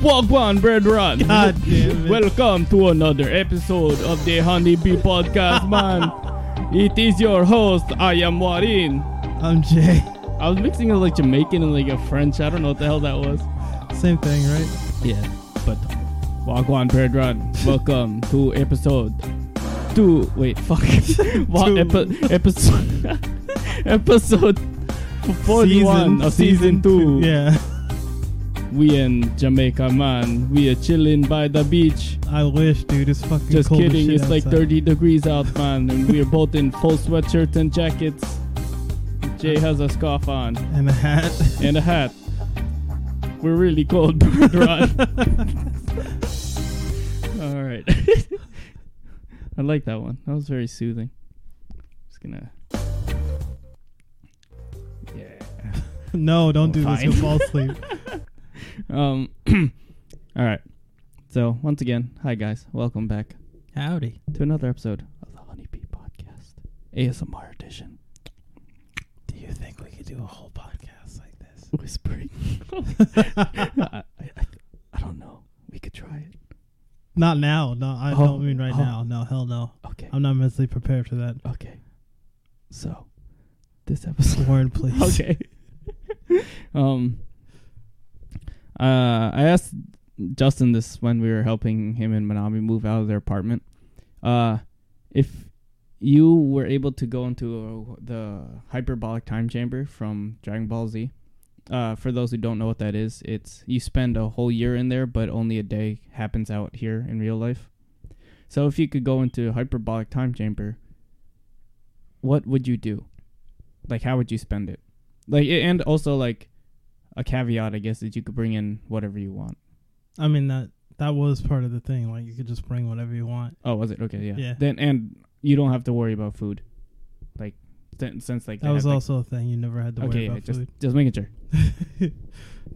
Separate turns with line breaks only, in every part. Wagwan Bread Run.
God damn it.
Welcome to another episode of the Honey Bee Podcast, man. it is your host, I am Warin.
I'm Jay.
I was mixing it like Jamaican and like a French. I don't know what the hell that was.
Same thing, right?
Yeah, but Wagwan Bread Run. Welcome to episode two. Wait, fuck. Wa-
Two.
epi- episode episode forty-one of season two.
Yeah.
We in Jamaica, man. We are chilling by the beach.
I wish, dude. It's fucking
Just
cold as
kidding.
shit
It's like
outside.
30 degrees out, man. And we are both in full sweatshirts and jackets. Jay has a scarf on
And a hat.
and a hat. We're really cold, bro. All right. I like that one. That was very soothing. Just gonna. Yeah.
no, don't do this.
Fine.
You'll fall asleep.
Um. all right. So once again, hi guys. Welcome back.
Howdy.
to another episode of the Honeybee Podcast, ASMR edition.
Do you think we could do a whole podcast like this?
Whispering. I, I, I don't know. We could try it.
Not now. No, I
Oh,
don't mean right
oh.
now. No, hell no.
Okay.
I'm not mentally prepared for that.
okay. So, this episode.
Warren, please.
okay. um. Uh, I asked Justin this when we were helping him and Manami move out of their apartment. Uh, if you were able to go into uh, the hyperbolic time chamber from Dragon Ball Z, uh, for those who don't know what that is, it's you spend a whole year in there, but only a day happens out here in real life. So if you could go into hyperbolic time chamber, what would you do? Like, how would you spend it? Like, a- and also like a caveat, I guess, that you could bring in whatever you want.
I mean that that was part of the thing. Like you could just bring whatever you want.
Oh, was it okay? Yeah.
Yeah.
Then and you don't have to worry about food, like sin- since like they
That was
have, like-
also a thing. You never had to worry
okay. yeah,
about
just
food.
just making sure.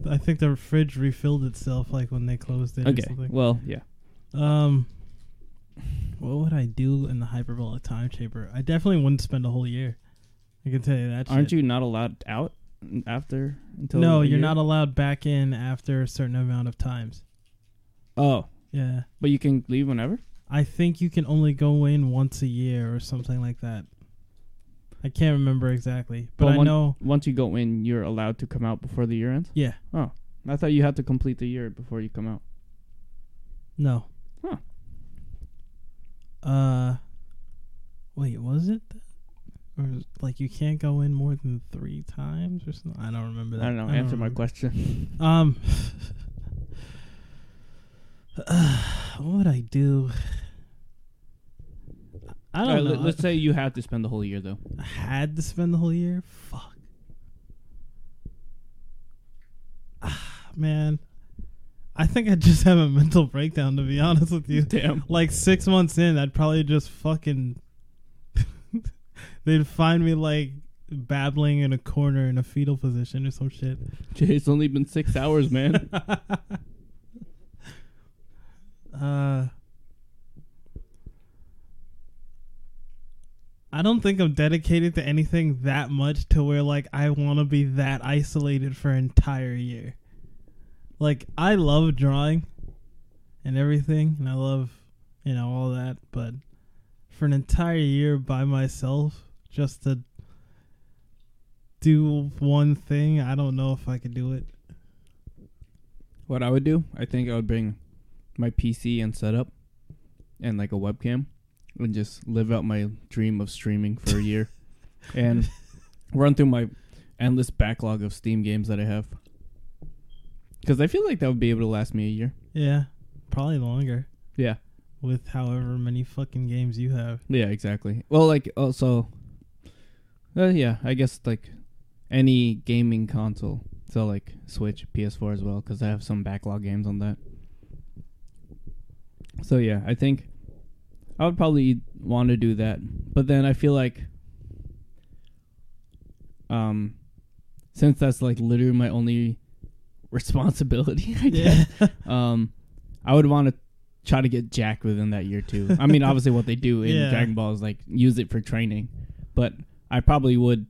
I think the fridge refilled itself like when they closed it or
Okay.
something.
Well, yeah.
Um, what would I do in the hyperbolic time chamber? I definitely wouldn't spend a whole year. I can tell you that.
Aren't you not allowed out after until?
No,
the
you're
year?
not allowed back in after a certain amount of times.
Oh,
Yeah,
but you can leave whenever.
I think you can only go in once a year or something like that. I can't remember exactly, but,
But
I
one-
know.
Once you go in, you're allowed to come out before the year ends. Oh,
Yeah,
I thought you had to complete the year before you come out.
no.
Huh.
Uh, wait, was it? that? Or is- like you can't go in more than three times or something. I don't remember that.
I don't know. answer my
remember.
question.
Um, what would I do? I
All
don't
right, let-
know.
Let's say you have to spend the whole year though.
I had to spend the whole year. Fuck, Ah, man. I think I just have a mental breakdown. To be honest with you,
Damn.
like six months in, I'd probably just fucking. They'd find me like babbling in a corner in a fetal position or some shit.
Jay, it's only been six hours, man.
Uh, I don't think I'm dedicated to anything that much to where like I want to be that isolated for an entire year. Like I love drawing and everything, and I love you know all that, but for an entire year by myself just to do one thing, I don't know if I could do it.
What I would do, I think I would bring my PC and setup and like a webcam and just live out my dream of streaming for a year and run through my endless backlog of Steam games that I have. Because I feel like that would be able to last me a year.
Yeah, probably longer.
Yeah.
with however many fucking games you have.
Yeah, exactly. Well, like, also, uh, yeah, I guess like any gaming console. So, like, Switch, PS4 as well, because I have some backlog games on that. So, yeah, I think I would probably want to do that. But then I feel like, um, since that's like literally my only responsibility, I guess um, I would want to try to get Jack within that year too. I mean, obviously, what they do in
Yeah.
Dragon Ball is like use it for training, but I probably would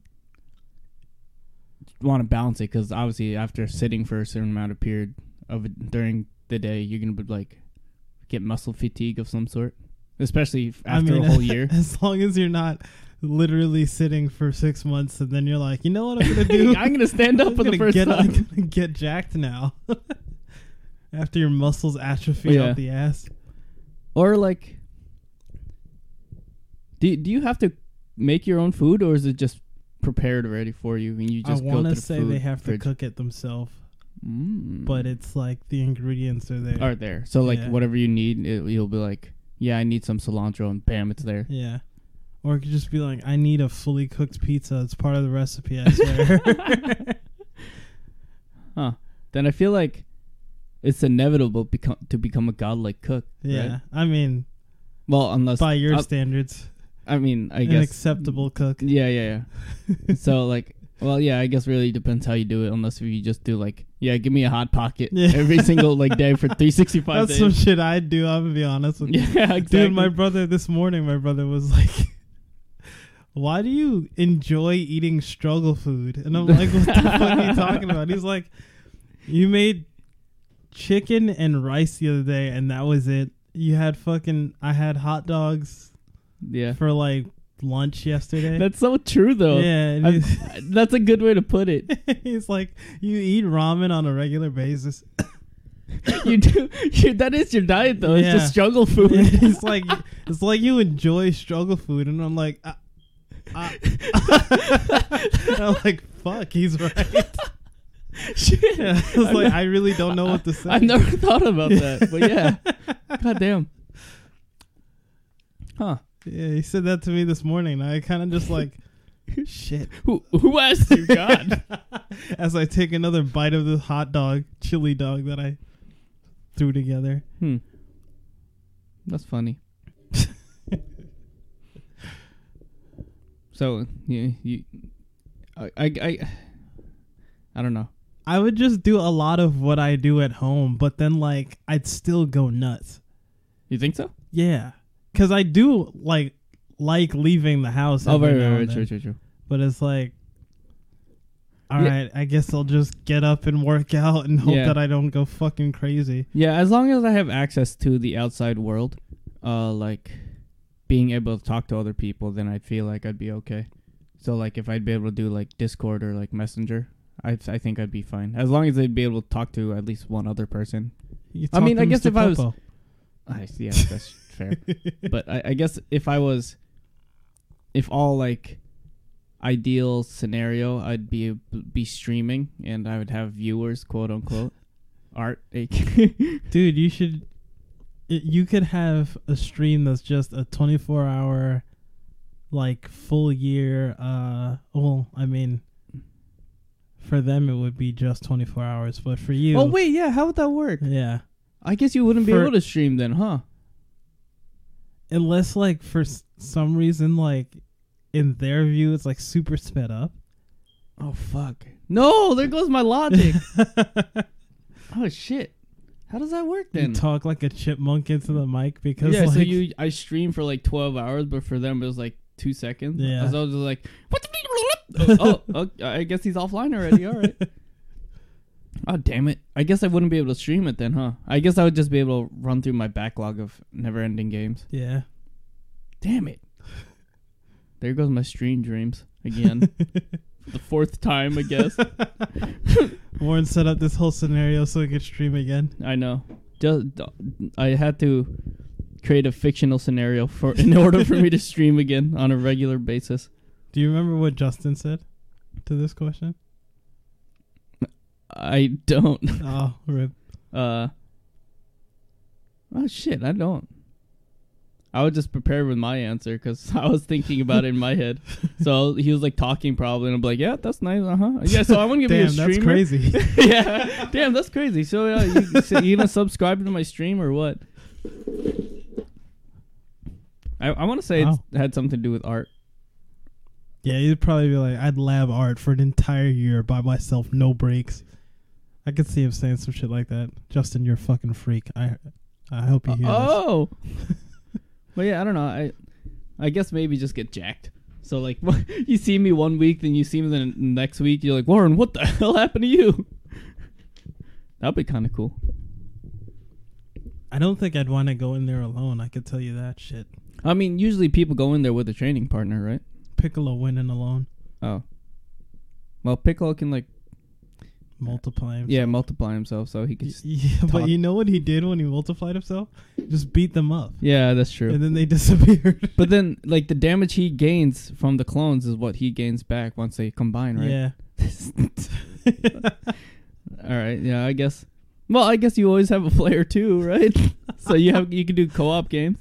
want to balance it because obviously, after sitting for a certain amount of period of during the day, you're gonna be like get muscle fatigue of some sort, especially if after
I mean,
a whole year.
As long as you're not literally sitting for six months and then you're like, you know what I'm gonna do?
I'm gonna stand up
I'm
for the
gonna
first
get, I'm
time.
gonna get jacked now. After your muscles atrophy
Yeah.
out the ass.
Or like, do do you have to make your own food, or is it just prepared already for you and you
I
just go
want
to
to
the
say
food
they have
fridge?
to cook it themselves,
Mm.
but it's like the ingredients are there.
are there. So like
Yeah.
whatever you need, it, you'll be like, yeah, I need some cilantro, and bam, it's there.
Yeah. Or it could just be like, I need a fully cooked pizza. It's part of the recipe, I swear.
Then I feel like it's inevitable become, to become a godlike cook.
yeah.
right?
I mean,
Well, unless
by your
uh,
standards,
I mean, I
an
guess.
acceptable cook.
Yeah, yeah, yeah. so like, well, yeah, I guess really depends how you do it. Unless if you just do like, yeah, give me a hot pocket
Yeah.
every single like day for three sixty five
That's some
days.
shit I'd do. I'm gonna be honest with you.
yeah, exactly.
Dude, my brother this morning, my brother was like, "Why do you enjoy eating struggle food?" And I'm like, "What the fuck are you talking about?" He's like, "You made chicken and rice the other day, and that was it. You had fucking I had hot dogs
yeah,
for like lunch yesterday.
that's so true though.
yeah, and
I'm-
he's,
That's a good way to put it.
he's like, "You eat ramen on a regular basis."
You do. You, that is your diet though. It's
Yeah.
just struggle food.
it's like it's like you enjoy struggle food, and I'm like, I, I, am like, fuck, he's right.
Shit.
Yeah, I was like, I really don't know what to say.
I never thought about that, but yeah. God damn. Huh?
Yeah, he said that to me this morning. and I kind of just like, shit.
Who who asked you? God.
As I take another bite of the hot dog, chili dog that I threw together.
hmm. That's funny. so yeah, you, I, I, I, I don't know.
I would just do a lot of what I do at home, but then like I'd still go nuts.
You think so?
Yeah, because I do like like leaving the house.
Oh,
every
right,
now
right,
and
right,
then.
true, true, true.
But it's like, all right,
Yeah.
I guess I'll just get up and work out and hope
Yeah.
that I don't go fucking crazy.
Yeah, as long as I have access to the outside world, uh, like being able to talk to other people, then I'd feel like I'd be okay. So like if I'd be able to do like Discord or like Messenger, I I think I'd be fine. As long as I'd be able to talk to at least one other person.
You
I
talk
mean,
to
I guess
Mr.
if I was-
Popo.
I yeah, that's fair. But I, I guess if I was, if all like ideal scenario, I'd be be streaming and I would have viewers, quote unquote. Art, a-
dude, you should. y- You could have a stream that's just a 24 hour, like full year. Uh, well, I mean, for them it would be just 24 hours, but for you,
Oh wait, yeah. How would that work?
yeah.
I guess you wouldn't be
For-
able to stream then, huh?
unless like for s- some reason like in their view it's like super sped up
Oh fuck. No, there goes my logic. oh shit. How does that work
you
then?
talk like a chipmunk into the mic because
yeah,
like
so you I stream for like twelve hours, but for them it was like two seconds.
Yeah.
So I was just like, what? The oh, oh, okay, I guess he's offline already. All right. oh damn it! I guess I wouldn't be able to stream it then, huh? I guess I would just be able to run through my backlog of never-ending games.
yeah
Damn it! There goes my stream dreams again. For the fourth time, I guess.
Warren set up this whole scenario so he could stream again
I know. Just, I had to create a fictional scenario for in order for me to stream again on a regular basis.
do you remember what Justin said to this question
I don't.
oh rip
Uh, oh shit! I don't. I was just prepared with my answer because I was thinking about it in my head. So he was like talking probably, and I'm like, "Yeah, that's nice, uh huh." Yeah, so I want to be a
damn
streamer.
that's crazy
yeah, damn, that's crazy. So uh, you, so you gonna subscribe to my stream or what? I, I want to say
Wow.
it had something to do with art.
yeah you'd probably be like I'd lab art for an entire year by myself no breaks I could see him saying some shit like that Justin you're a fucking freak I I hope you hear this.
oh, but yeah, I don't know. I I guess maybe just get jacked. So like, you see me one week, then you see me the n- next week. You're like, Warren, what the hell happened to you? That'd be kind of cool.
I don't think I'd want to go in there alone. I could tell you that shit.
I mean, usually people go in there with a training partner, right?
Piccolo winning alone,
Oh. Well, Piccolo can like
multiply himself.
yeah multiply himself, so he
Y-
can. s-
Yeah, but
talk.
you know what he did when he multiplied himself? Just beat them up,
Yeah, that's true.
and then they disappeared.
But then, like the damage he gains from the clones is what he gains back once they combine, right?
Yeah,
All right. Yeah, I guess. Well, I guess you always have a player too, right? so you have you can do co-op games,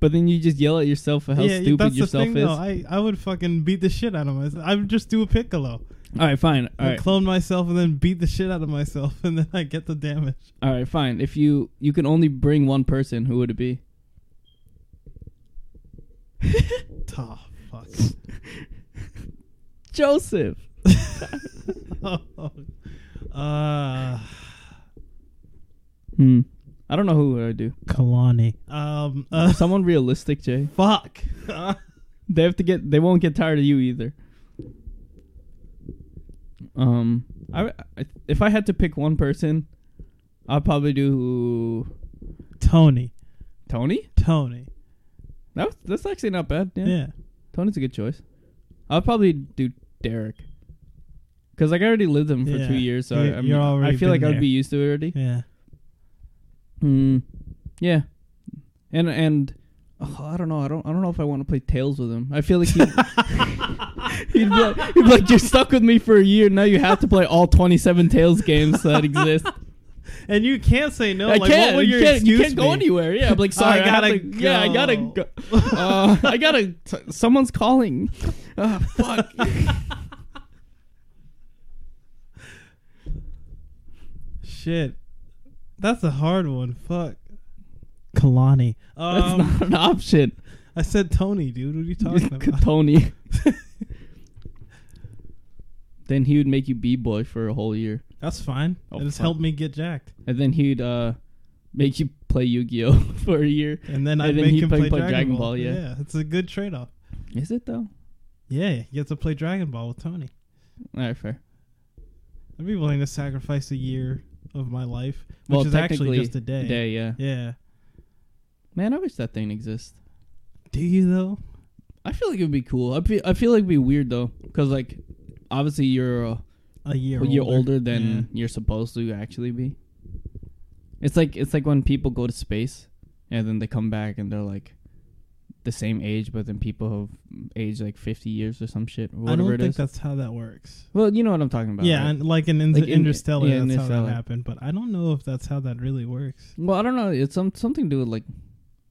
but then you just yell at yourself for how
yeah.
stupid
that's
yourself
the thing,
is.
though. I I would fucking beat the shit out of myself. I would just do a Piccolo,
all right, fine. All
I
right,
clone myself, and then beat the shit out of myself, and then I get the damage.
all right, fine. If you you can only bring one person, who would it be?
Oh, fuck.
Joseph.
uh,
Hmm. I don't know who would I do.
Kalani. Um. Uh,
Someone realistic, Jay.
fuck.
They have to get. They won't get tired of you either. Um, I, I if I had to pick one person, I'd probably do
Tony.
Tony.
Tony.
That was, that's actually not bad. Yeah.
Yeah.
Tony's a good choice. I'd probably do Derek. Cause like I already lived with him for
Yeah.
two years, so
You-
I, I'm,
you're
I
already
feel like
been
I'd be used to it already.
Yeah.
Hmm. Yeah. And and oh, I don't know. I don't. I don't know if I want to play Tails with him. I feel like he. He'd be, like, he'd be like, you're stuck with me for a year. Now you have to play all 27 Tails games that exist.
And you can't say no.
I
like,
can't.
What would
you
your
can't, you
excuse
can't go
be?
anywhere. Yeah, I'm like, sorry.
I gotta
have to- Yeah, I gotta
go."
go. Uh, I gotta. T- someone's calling. Uh, fuck.
Shit. That's a hard one. Fuck. Kalani.
That's
Um,
not an option.
I said Tony, dude. What are you talking about?
Tony. then he would make you b-boy for a whole year.
That's fine.
Oh,
it just
fuck.
helped me get jacked.
And then he'd uh, make you play Yu-Gi-Oh for a year.
And then
And
I
then
make
he
him
play-
play,
play
Dragon,
Dragon
Ball.
Ball, yeah.
it's a good trade off.
Is it though?
Yeah, you get to play Dragon Ball with Tony.
All right, fair.
I'd be willing to sacrifice a year of my life, which
Well,
is actually
technically,
just a day.
Day, yeah.
Yeah.
Man, I wish that thing exists.
Do you though?
I feel like it would be cool. I feel I feel like it'd be weird though, because like obviously you're uh,
A year.
you're
older,
older than you're supposed to actually be. It's like it's like when people go to space and then they come back and they're like the same age, but then people have aged like fifty years or some shit.
Yeah. I
Whatever
don't
it
think
is.
that's how that works.
Well, you know what I'm talking about.
yeah,
right?
and like in, in
Like in-
Interstellar,
yeah,
that's how
Interstellar.
that happened. But I don't know if that's how that really works.
Well, I don't know. It's some something to do with like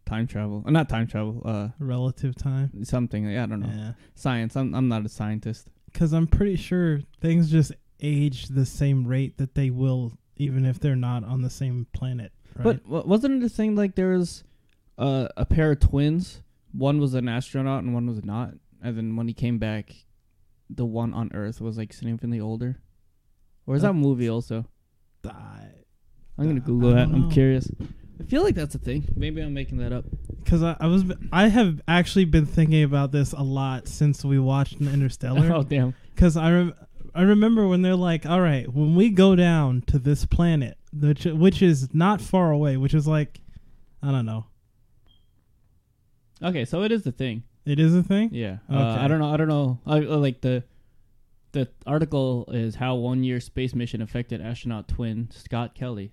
time travel, uh, not time travel. Uh,
Relative time.
something. I don't know.
Yeah.
Science. I'm I'm not a scientist.
Because I'm pretty sure things just age the same rate that they will, even if they're not on the same planet. Right?
But wa- wasn't it a thing like there was uh, a pair of twins? One was an astronaut and one was not. And then when he came back, the one on Earth was like significantly older. Or is that a
That's-
movie also? I'm gonna
Oh. Uh,
Google
I
that.
don't
I'm
know.
curious. I feel like that's a thing. Maybe I'm making that up.
Because I, I was, I have actually been thinking about this a lot since we watched
Oh
Interstellar.
damn!
Because I, rem- I remember when they're like, "All right, when we go down to this planet, which which is not far away, which is like, I don't know,
Okay, so it is the thing.
it is a thing."
Yeah. Uh,
Okay.
I don't know. I don't know. I, uh, like the the article is how one year space mission affected astronaut twin Scott Kelly.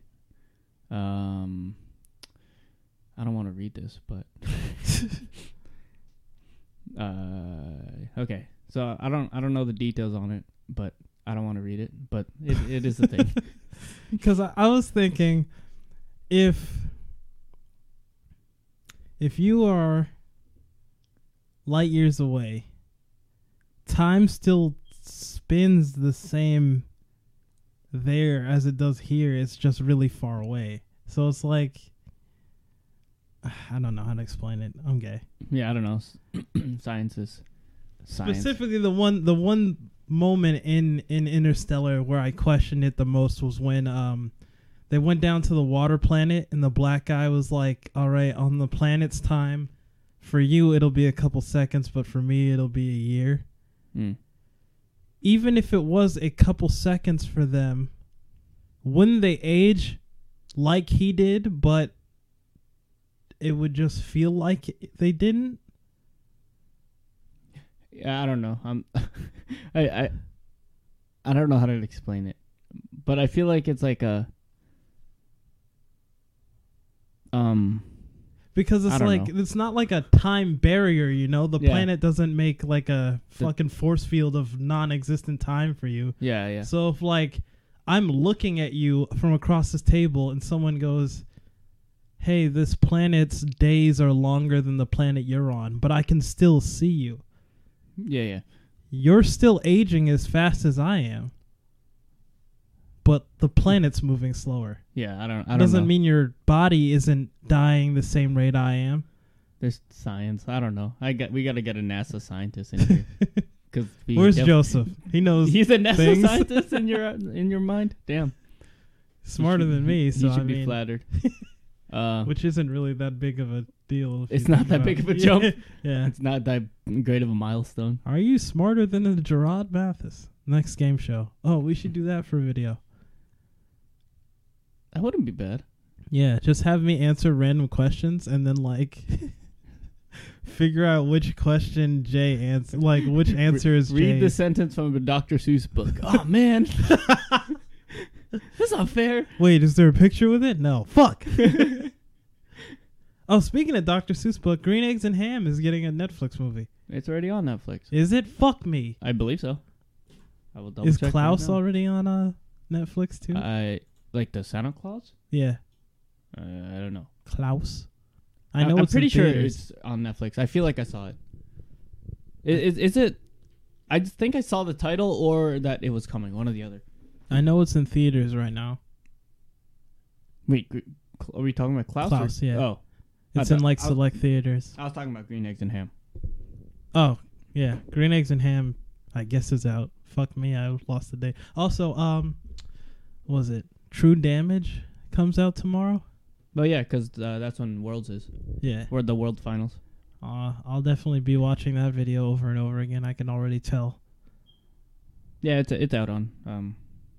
Um, I don't want to read this, but uh, okay. So I don't I don't know the details on it, but I don't want to read it. But it, it is a thing.
Because I, I was thinking, if if you are light years away, time still spins the same there as it does here. It's just really far away. So it's like I don't know how to explain it. I'm gay.
yeah, I don't know. Science is science.
Specifically, the one the one moment in in Interstellar where I questioned it the most was when um they went down to the water planet and the black guy was like, "All right, on the planet's time, for you it'll be a couple seconds, but for me it'll be a year."
Mm.
Even if it was a couple seconds for them, wouldn't they age like he did, but it would just feel like it- they didn't.
Yeah, I don't know. I'm, I, I, I don't know how to explain it, but I feel like it's like a, um,
Because
I
it's
don't
like
know.
it's not like a time barrier, you know. The
Yeah.
planet doesn't make like a
The-
fucking force field of non-existent time for you.
yeah, yeah,
So if like I'm looking at you from across this table and someone goes, "Hey, this planet's days are longer than the planet you're on, but I can still see you.
yeah, yeah.
You're still aging as fast as I am." But the planet's moving slower.
Yeah, I don't. I don't
Doesn't
know.
mean your body isn't dying the same rate I am.
There's science. I don't know. I got. We got to get a NASA scientist in here because
Where's Joseph? He knows
He's a NASA
things?
scientist in your in your mind. Damn,
smarter than me, so
you should
I
be
mean,
flattered. Uh,
which isn't really that big of a deal. if you
It's not
think
that
about
big
it.
of a jump.
Yeah. yeah.
it's not that great of a milestone.
Are you smarter than a Gerard Mathis? Next game show. Oh, we should do that for video.
That wouldn't be bad.
Yeah, just have me answer random questions and then like figure out which question Jay answer like which answer is
Read the
Jay's.
sentence from a Dr. Seuss book. Oh man, that's not fair.
Wait, is there a picture with it? No. Fuck. oh, speaking of Dr. Seuss book, Green Eggs and Ham is getting a Netflix movie.
It's already on Netflix.
Is it? Fuck me.
I believe so. I will double
Is
check.
Klaus
right Uh,
already on uh, Netflix too?
now. I like the Santa Claus.
yeah,
Uh, I don't know.
Klaus. I know.
I'm
it's in
pretty sure
theaters.
it's on Netflix. I feel like I saw it. Is, is, is it? I just think I saw the title or that it was coming. One or the other.
I know it's in theaters right now.
Wait, gr- Cl- are we talking about Klaus? or-
Klaus, yeah.
Oh, I
It's
thought-
in like
I-
select theaters.
I was talking about Green Eggs and Ham.
Oh, yeah. Green Eggs and Ham, I guess, is out. Fuck me, I lost the day. Also, um, what was it True Damage comes out tomorrow?
But yeah, because uh, that's when Worlds is.
Yeah.
We're at the World Finals.
Uh, I'll definitely be watching that video over and over again. I can already tell.
Yeah, it's it's out on um,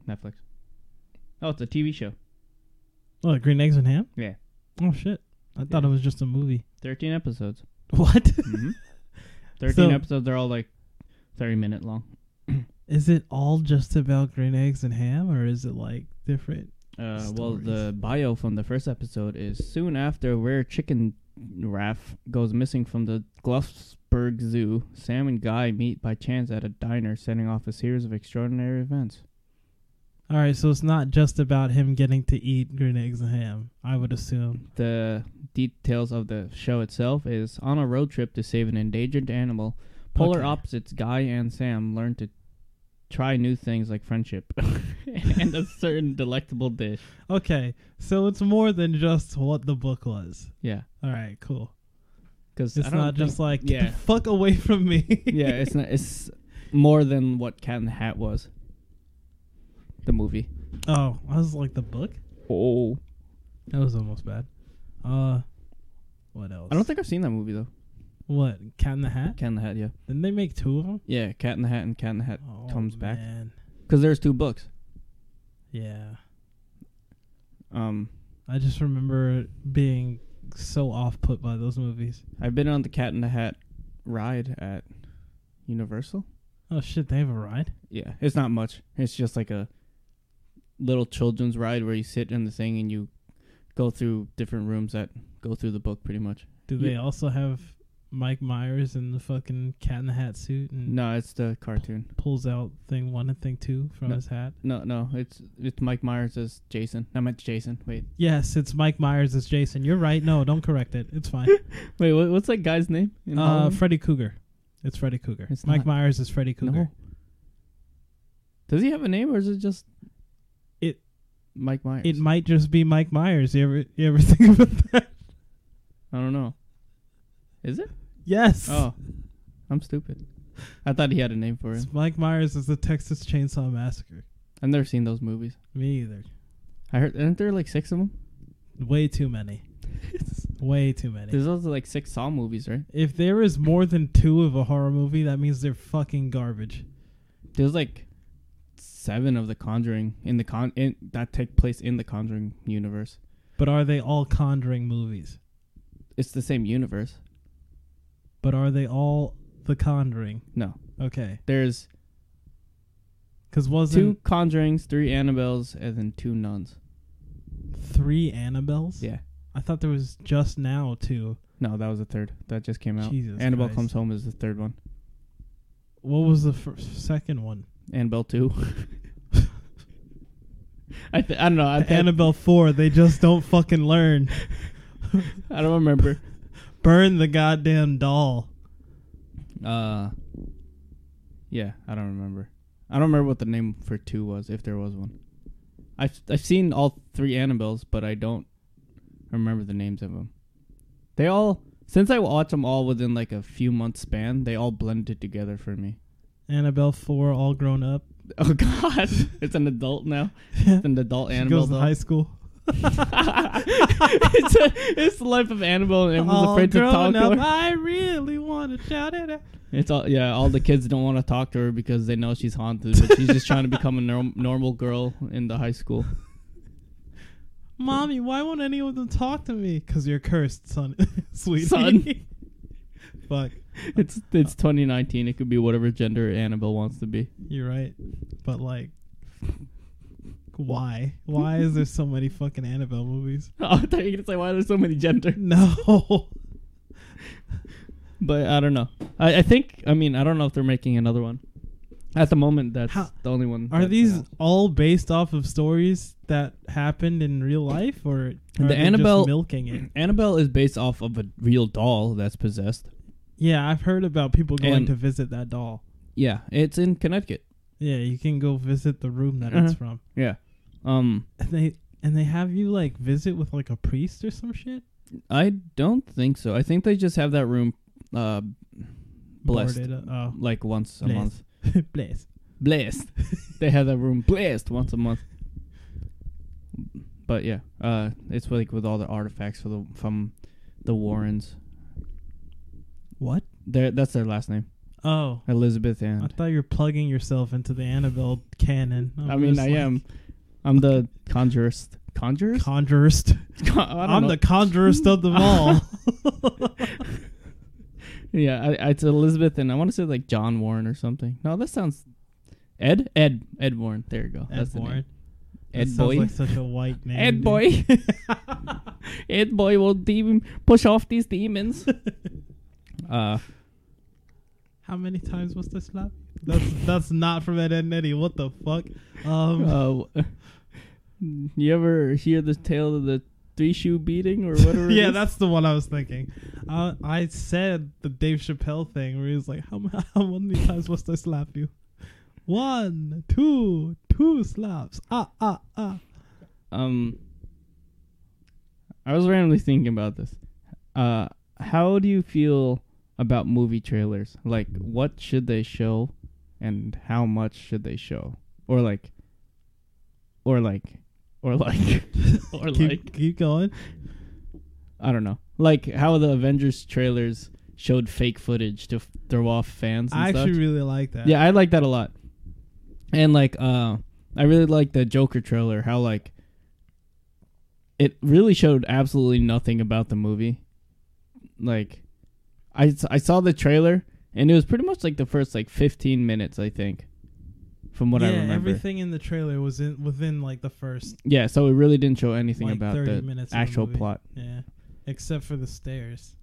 Netflix. Oh, it's a TV show.
Oh, Green Eggs and Ham?
Yeah.
Oh, shit. I thought
Yeah.
it was just a movie.
Thirteen episodes.
What?
hmm Thirteen
So-
episodes. They're all like thirty minute long.
is it all just about Green Eggs and Ham, or is it like different?
Uh, well,
Stories.
the bio from the first episode is soon after rare chicken raff goes missing from the Gluffsburg Zoo, Sam and Guy meet by chance at a diner, setting off a series of extraordinary events.
All right, so it's not just about him getting to eat green eggs and ham, I would assume.
The details of the show itself is on a road trip to save an endangered animal. Polar
Okay.
opposites Guy and Sam learn to try new things like friendship and a certain delectable dish.
Okay, so it's more than just what the book was.
Yeah,
All right, cool.
because
It's not just like get
yeah.
the fuck away from me.
yeah, it's not. It's more than what Cat in the Hat was. The movie.
oh, I was like the book.
Oh,
That was almost bad. Uh, what else?
I don't think I've seen that movie though.
what Cat in the Hat.
Cat in the Hat, yeah,
Didn't they make two of them?
yeah, Cat in the Hat and Cat in the Hat
Oh,
comes back. 'Cause back
man.
because there's two books.
Yeah,
Um,
I just remember being so off put by those movies.
I've been on the Cat in the Hat ride at Universal.
Oh shit, they have a ride.
Yeah, it's not much. It's just like a little children's ride where you sit in the thing and you go through different rooms that go through the book pretty much.
Do
Ye-
they also have Mike Myers in the fucking Cat in the Hat suit and
No, it's the cartoon.
pulls out thing one and thing two from
No.
his hat?
No, no, it's it's Mike Myers as Jason. I meant Jason. Wait,
Yes, it's Mike Myers as Jason. You're right. No, don't correct it. It's fine.
Wait, what, what's that guy's name? in
uh,
Halloween?
Freddy Cougar. It's Freddy Cougar.
It's
Mike
not.
Myers is Freddy Cougar.
No. Does he have a name, or is it just
It-
Mike Myers?
It might just be Mike Myers. You ever you ever think about that?
I don't know. Is it?
Yes.
Oh, I'm stupid. I thought he had a name for
It's
him.
Mike Myers is the Texas Chainsaw Massacre.
I've never seen those movies.
Me either.
I heard aren't there like six of them?
Way too many. Way too many.
There's also like six Saw movies, right?
If there is more than two of a horror movie, that means they're fucking garbage.
There's like seven of the Conjuring in the con in, that take place in the Conjuring universe.
But are they all Conjuring movies?
it's the same universe.
But are they all The Conjuring?
No,
Okay,
there's
because wasn't
two Conjurings, three Annabelles, and then two nuns.
three Annabelles?
Yeah.
I thought there was just now two.
No, that was the third that just came out.
Jesus
Annabelle
Christ.
comes home is the third one.
What was the fir- second one?
Annabelle two. I th- I don't know. I,
The
th-
Annabelle four. They just don't fucking learn.
I don't remember.
Burn the goddamn doll.
Uh, yeah, I don't remember. I don't remember what the name for two was, if there was one. I've I've seen all three Annabelles, but I don't remember the names of them. They all since I watched them all within like a few months span, they all blended together for me.
Annabelle four, all grown up.
Oh God, it's an adult now. It's an adult
She
Annabelle.
goes to
doll.
high school.
it's, a, it's the life of Annabelle, and everyone's
All
afraid to
grown
talk
up,
to her.
I really want to shout it out.
It's all yeah. All the kids don't want to talk to her because they know she's haunted, but she's just trying to become a norm, normal girl in the high school.
Mommy, why won't any of them talk to me? Because you're cursed, son. Sweetie.
Son.
Fuck.
It's it's 2019. It could be whatever gender Annabelle wants to be.
You're right. But, like, why? Why is there so many fucking Annabelle movies?
Oh, I thought you were gonna say why there's so many gender,
No.
but I don't know. I, I think I mean I don't know if they're making another one. At the moment, that's
How-
the only one.
Are
that's
these
announced.
all based off of stories that happened in real life? Or
The
are they
Annabelle-
just milking it?
Annabelle is based off of a real doll that's possessed.
Yeah, I've heard about people going
And-
to visit that doll.
Yeah, it's in Connecticut.
Yeah, you can go visit the room that it's
Uh-huh.
from.
Yeah. Um,
And they and they have you like visit with like a priest or some shit.
I don't think so. I think they just have that room, uh, Blessed.
Boarded, uh,
like once a
Blessed.
month.
oh, blessed.
blessed. they have that room blessed once a month. But yeah, uh, it's like with all the artifacts for the from the Warrens.
What?
Their that's their last name,
Oh,
Elizabeth
I
and.
thought you were plugging yourself into the Annabelle canon. I'm
I mean,
just
I
like,
am. I'm the conjurist. Conjurist.
conjurist.
Con- I don't
I'm
know.
the conjurist of them all.
yeah. I, I, it's Elizabeth and I want to say like John Warren or something. No, that sounds. Ed, Ed, Ed Warren. There you go.
Ed
that's the name.
Boy.
Ed
sounds
Boy.
like such a white name.
Ed
dude.
boy, Ed boy will demon push off these demons. uh,
How many times was this slap? That's that's not from Ed, Ed and Eddie. What the fuck? Um,
uh, you ever hear the tale of the three shoe beating or whatever? it
yeah,
is?
that's the one I was thinking. Uh, I said the Dave Chappelle thing where he was like, "How, ma- how many times must I slap you? One, two, two slaps. Ah, ah, ah."
um. I was randomly thinking about this. Uh, how do you feel about movie trailers? Like, what should they show, and how much should they show, or like, or like, or like, or
keep,
like.
keep going.
I don't know, like how the Avengers trailers showed fake footage to f- throw off fans. And
I
stuff.
actually really like that.
yeah, I like that a lot. And like, uh, I really like the Joker trailer. How like it really showed absolutely nothing about the movie. Like, I s- I saw the trailer and it was pretty much like the first like 15 minutes, I think, from what I
Yeah,
remember.
everything in the trailer was in within like the first
Yeah, so it really didn't show anything
like
about
thirty
the
minutes. of the
actual
movie.
plot.
Yeah, except for the stairs.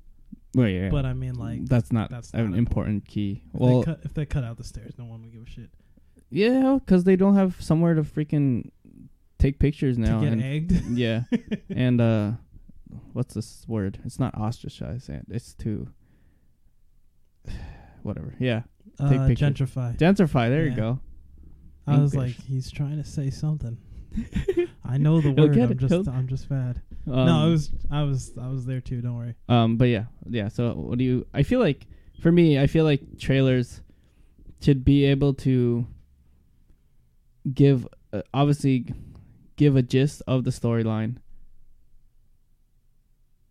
Well, yeah,
But I mean, like,
that's not
that's
an
not
important key.
if,
Well,
they cut, if they cut out the stairs, no one would give a shit.
Yeah, because they don't have somewhere to freaking take pictures now.
to get
and
egged.
yeah, and uh, what's this word? It's not ostracized. and It's too. Whatever. Yeah,
Uh,
Take pictures.
gentrify.
densify. There you
Yeah.
go.
I was
English.
like, he's trying to say something. I know the
He'll
word.
get
I'm
it.
just,
He'll-
I'm just bad.
Um,
no, I was, I was, I was there too. Don't worry.
Um, but yeah, yeah. So what do you? I feel like for me, I feel like trailers should be able to give uh, obviously give a gist of the storyline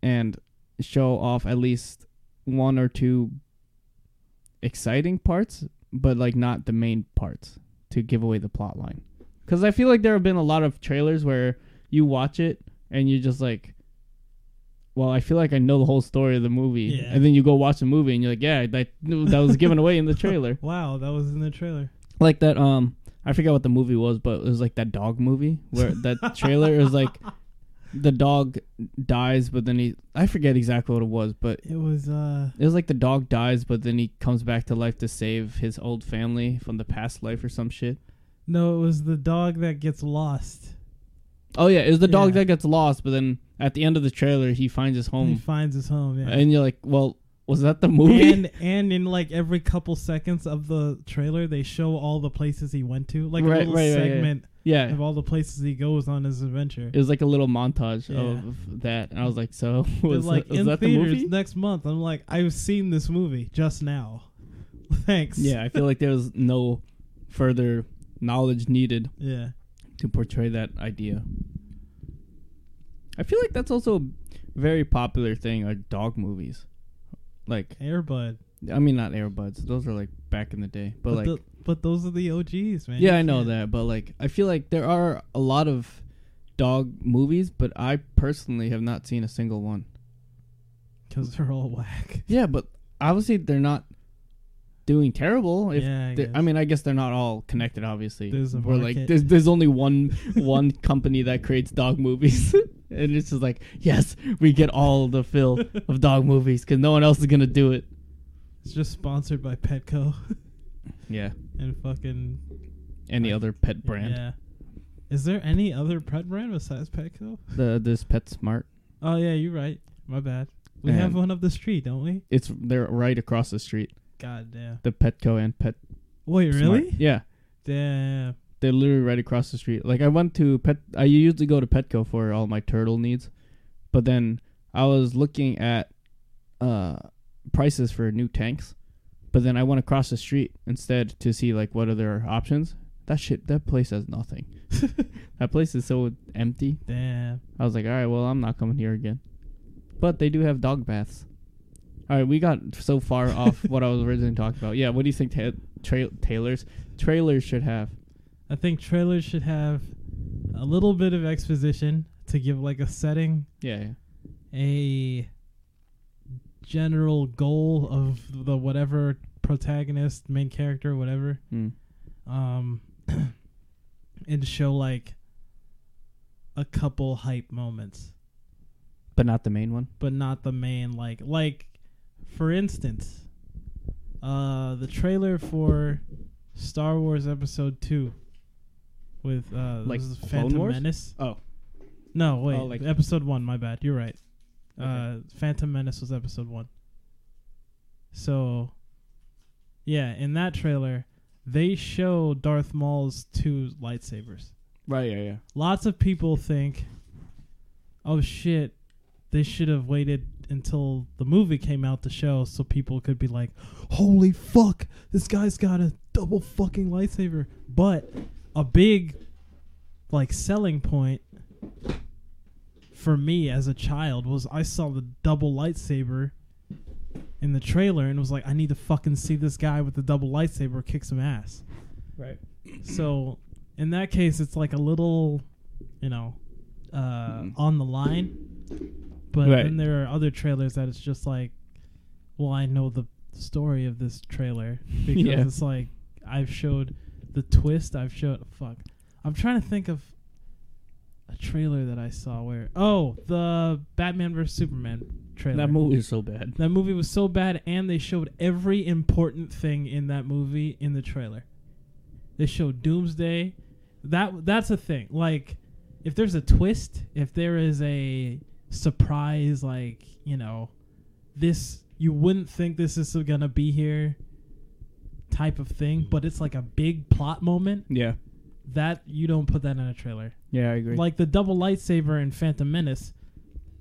and show off at least one or two exciting parts, but like not the main parts to give away the plot line. Because I feel like there have been a lot of trailers where you watch it and you're just like, well, I feel like I know the whole story of the movie,
Yeah.
and then you go watch the movie and you're like, yeah, that that was given away in the trailer,
Wow, that was in the trailer.
like that. Um, I forget what the movie was, but it was like that dog movie where that trailer is like the dog dies, but then he I forget exactly what it was, but
It was uh
it was like the dog dies, but then he comes back to life to save his old family from the past life or some shit.
no, it was the dog that gets lost.
Oh yeah, it was the dog
Yeah.
that gets lost, but then at the end of the trailer he finds his
He
home,
finds his home. Yeah.
and you're like, well, was that the movie?
and and in like every couple seconds of the trailer, they show all the places he went to, like
Right,
a little
right, right, right.
segment
yeah,
of all the places he goes on his adventure.
it was like a little montage
Yeah.
of that, and I was like, so
They're
was
like
that, was
in
that the
theaters
movie?
next month. I'm like, I've seen this movie just now. Thanks.
Yeah, I feel like there was no further knowledge needed
Yeah.
to portray that idea. I feel like that's also a very popular thing, like dog movies. Like,
Airbud.
I mean, not Airbuds; those are like back in the day, but,
But
like.
the, but those are the OGs, man.
Yeah,
You
I know
can't-
that, but like I feel like there are a lot of dog movies, but I personally have not seen a single one.
because they're all whack.
Yeah, but obviously they're not doing terrible. If
yeah, I,
they-
guess.
I mean, I guess they're not all connected. Obviously,
There's a
we're like
market.
there's there's only one one company that creates dog movies, and it's just like yes, we get all the fill of dog movies because no one else is gonna do it.
it's just sponsored by Petco
Yeah,
and fucking
any other pet brand?
Yeah. Is there any other pet brand besides Petco?
The this PetSmart,
Oh yeah, you're right. My bad. We
And-
have one up the street, don't we?
it's they're right across the street.
God damn.
The Petco and Pet.
Wait, really?
Yeah.
Damn.
They're literally right across the street. Like I went to Pet. I usually go to Petco for all my turtle needs, but then I was looking at uh prices for new tanks, but then I went across the street instead to see like what other options. That shit. That place has nothing. that place is so empty.
Damn.
I was like, all right, well, I'm not coming here again. But they do have dog baths. All right, we got so far off what I was originally talking about. Yeah, what do you think ta- tra- tailors trailers should have?
I think trailers should have a little bit of exposition to give like a setting,
Yeah. yeah.
a general goal of the whatever protagonist, main character, whatever.
Mm.
um, and show like a couple hype moments,
But not the main one.
but not the main like like for instance, uh, the trailer for Star Wars Episode Two with uh,
Like
was it
Clone
Phantom
Wars?
Menace.
Oh.
no, wait,
Oh, like-
Episode One. My bad. You're right.
Okay.
Uh, Phantom Menace was Episode One. So, yeah, in that trailer, they show Darth Maul's two lightsabers.
Right, yeah, yeah.
Lots of people think, "Oh shit, they should have waited until the movie came out to show, so people could be like, holy fuck, this guy's got a double fucking lightsaber." But a big, like, selling point for me as a child was I saw the double lightsaber in the trailer and was like, I need to fucking see this guy with the double lightsaber kick some ass.
Right.
So in that case, it's like a little, you know, uh,
Mm.
on the line. But
Right.
then there are other trailers that it's just like, well, I know the story of this trailer because
Yeah.
it's like I've showed the twist. I've showed fuck. I'm trying to think of a trailer that I saw where oh the Batman vs Superman trailer.
That movie is so bad.
That movie was so bad, and they showed every important thing in that movie in the trailer. They showed Doomsday. That that's a thing. Like, if there's a twist, if there is a surprise, like you know, this you wouldn't think this is gonna be here, type of thing. But it's like a big plot moment
Yeah.
that you don't put that in a trailer
Yeah, I agree.
like the double lightsaber in Phantom Menace,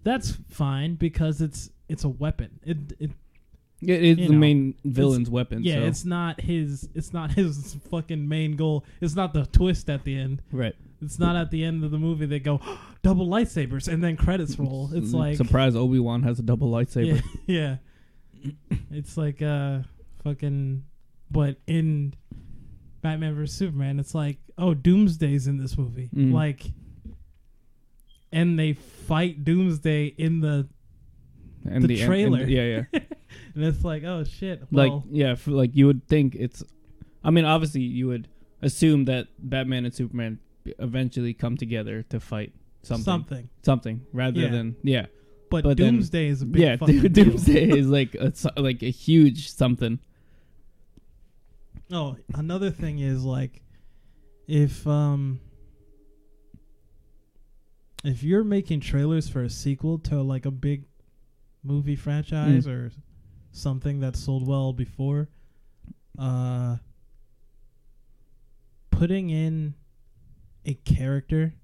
that's fine because it's it's a weapon. It, it
it is
you
the
know,
main villain's weapon.
yeah,
so.
it's not his it's not his fucking main goal. It's not the twist at the end.
right.
It's not at the end of the movie they go double lightsabers and then credits roll. It's like
Mm-hmm. surprise Obi Wan has a double lightsaber.
yeah, yeah. It's like uh fucking but in Batman vs Superman it's like oh Doomsday's in this movie.
Mhm.
Like and they fight Doomsday in the
and
The
the, end-
trailer.
and- yeah, yeah.
and it's like, oh shit.
like
Well,
yeah, for, like you would think it's. I mean, obviously, you would assume that Batman and Superman eventually come together to fight something,
something.
something, rather
Yeah.
than yeah,
But,
But then-
Doomsday is a big
yeah.
fucking deal.
Doomsday is like a, so- like a huge something.
Oh, another thing is like, if um, if you're making trailers for a sequel to like a big movie franchise or something that sold well before, uh, putting in a character.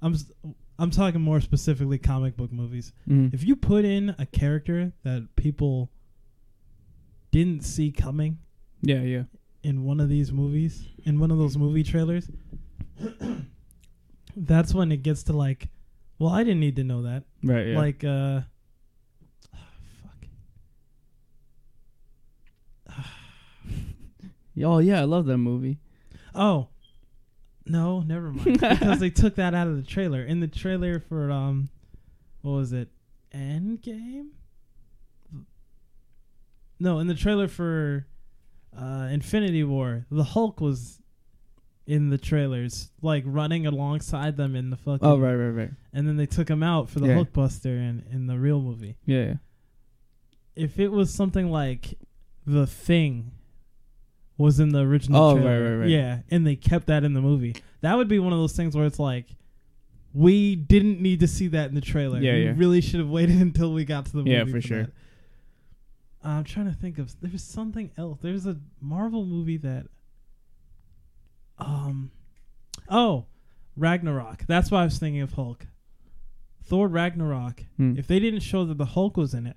I'm s- I'm talking more specifically comic book movies
Mm.
if you put in a character that people didn't see coming
yeah, yeah.
in one of these movies, in one of those movie trailers, that's when it gets to like, well, I didn't need to know that.
Right. Yeah.
Like, uh, ah, fuck.
oh yeah, I love that movie.
Oh, no, never mind. because they took that out of the trailer. In the trailer for um, what was it? Endgame. No, in the trailer for uh, Infinity War, the Hulk was in the trailers, like running alongside them in the fucking.
Oh right, right, right.
And then they took him out for the
Yeah.
Hulkbuster in in the real movie.
Yeah, yeah.
If it was something like the Thing. Was in the original.
Oh,
trailer.
right, right, right.
Yeah, and they kept that in the movie. That would be one of those things where it's like, we didn't need to see that in the trailer.
Yeah,
we
yeah.
really should have waited until we got to the movie.
Yeah, for sure.
that. I'm trying to think of. There's something else. There's a Marvel movie that. Um, oh, Ragnarok. That's why I was thinking of Hulk. Thor Ragnarok.
Mm.
If they didn't show that the Hulk was in it,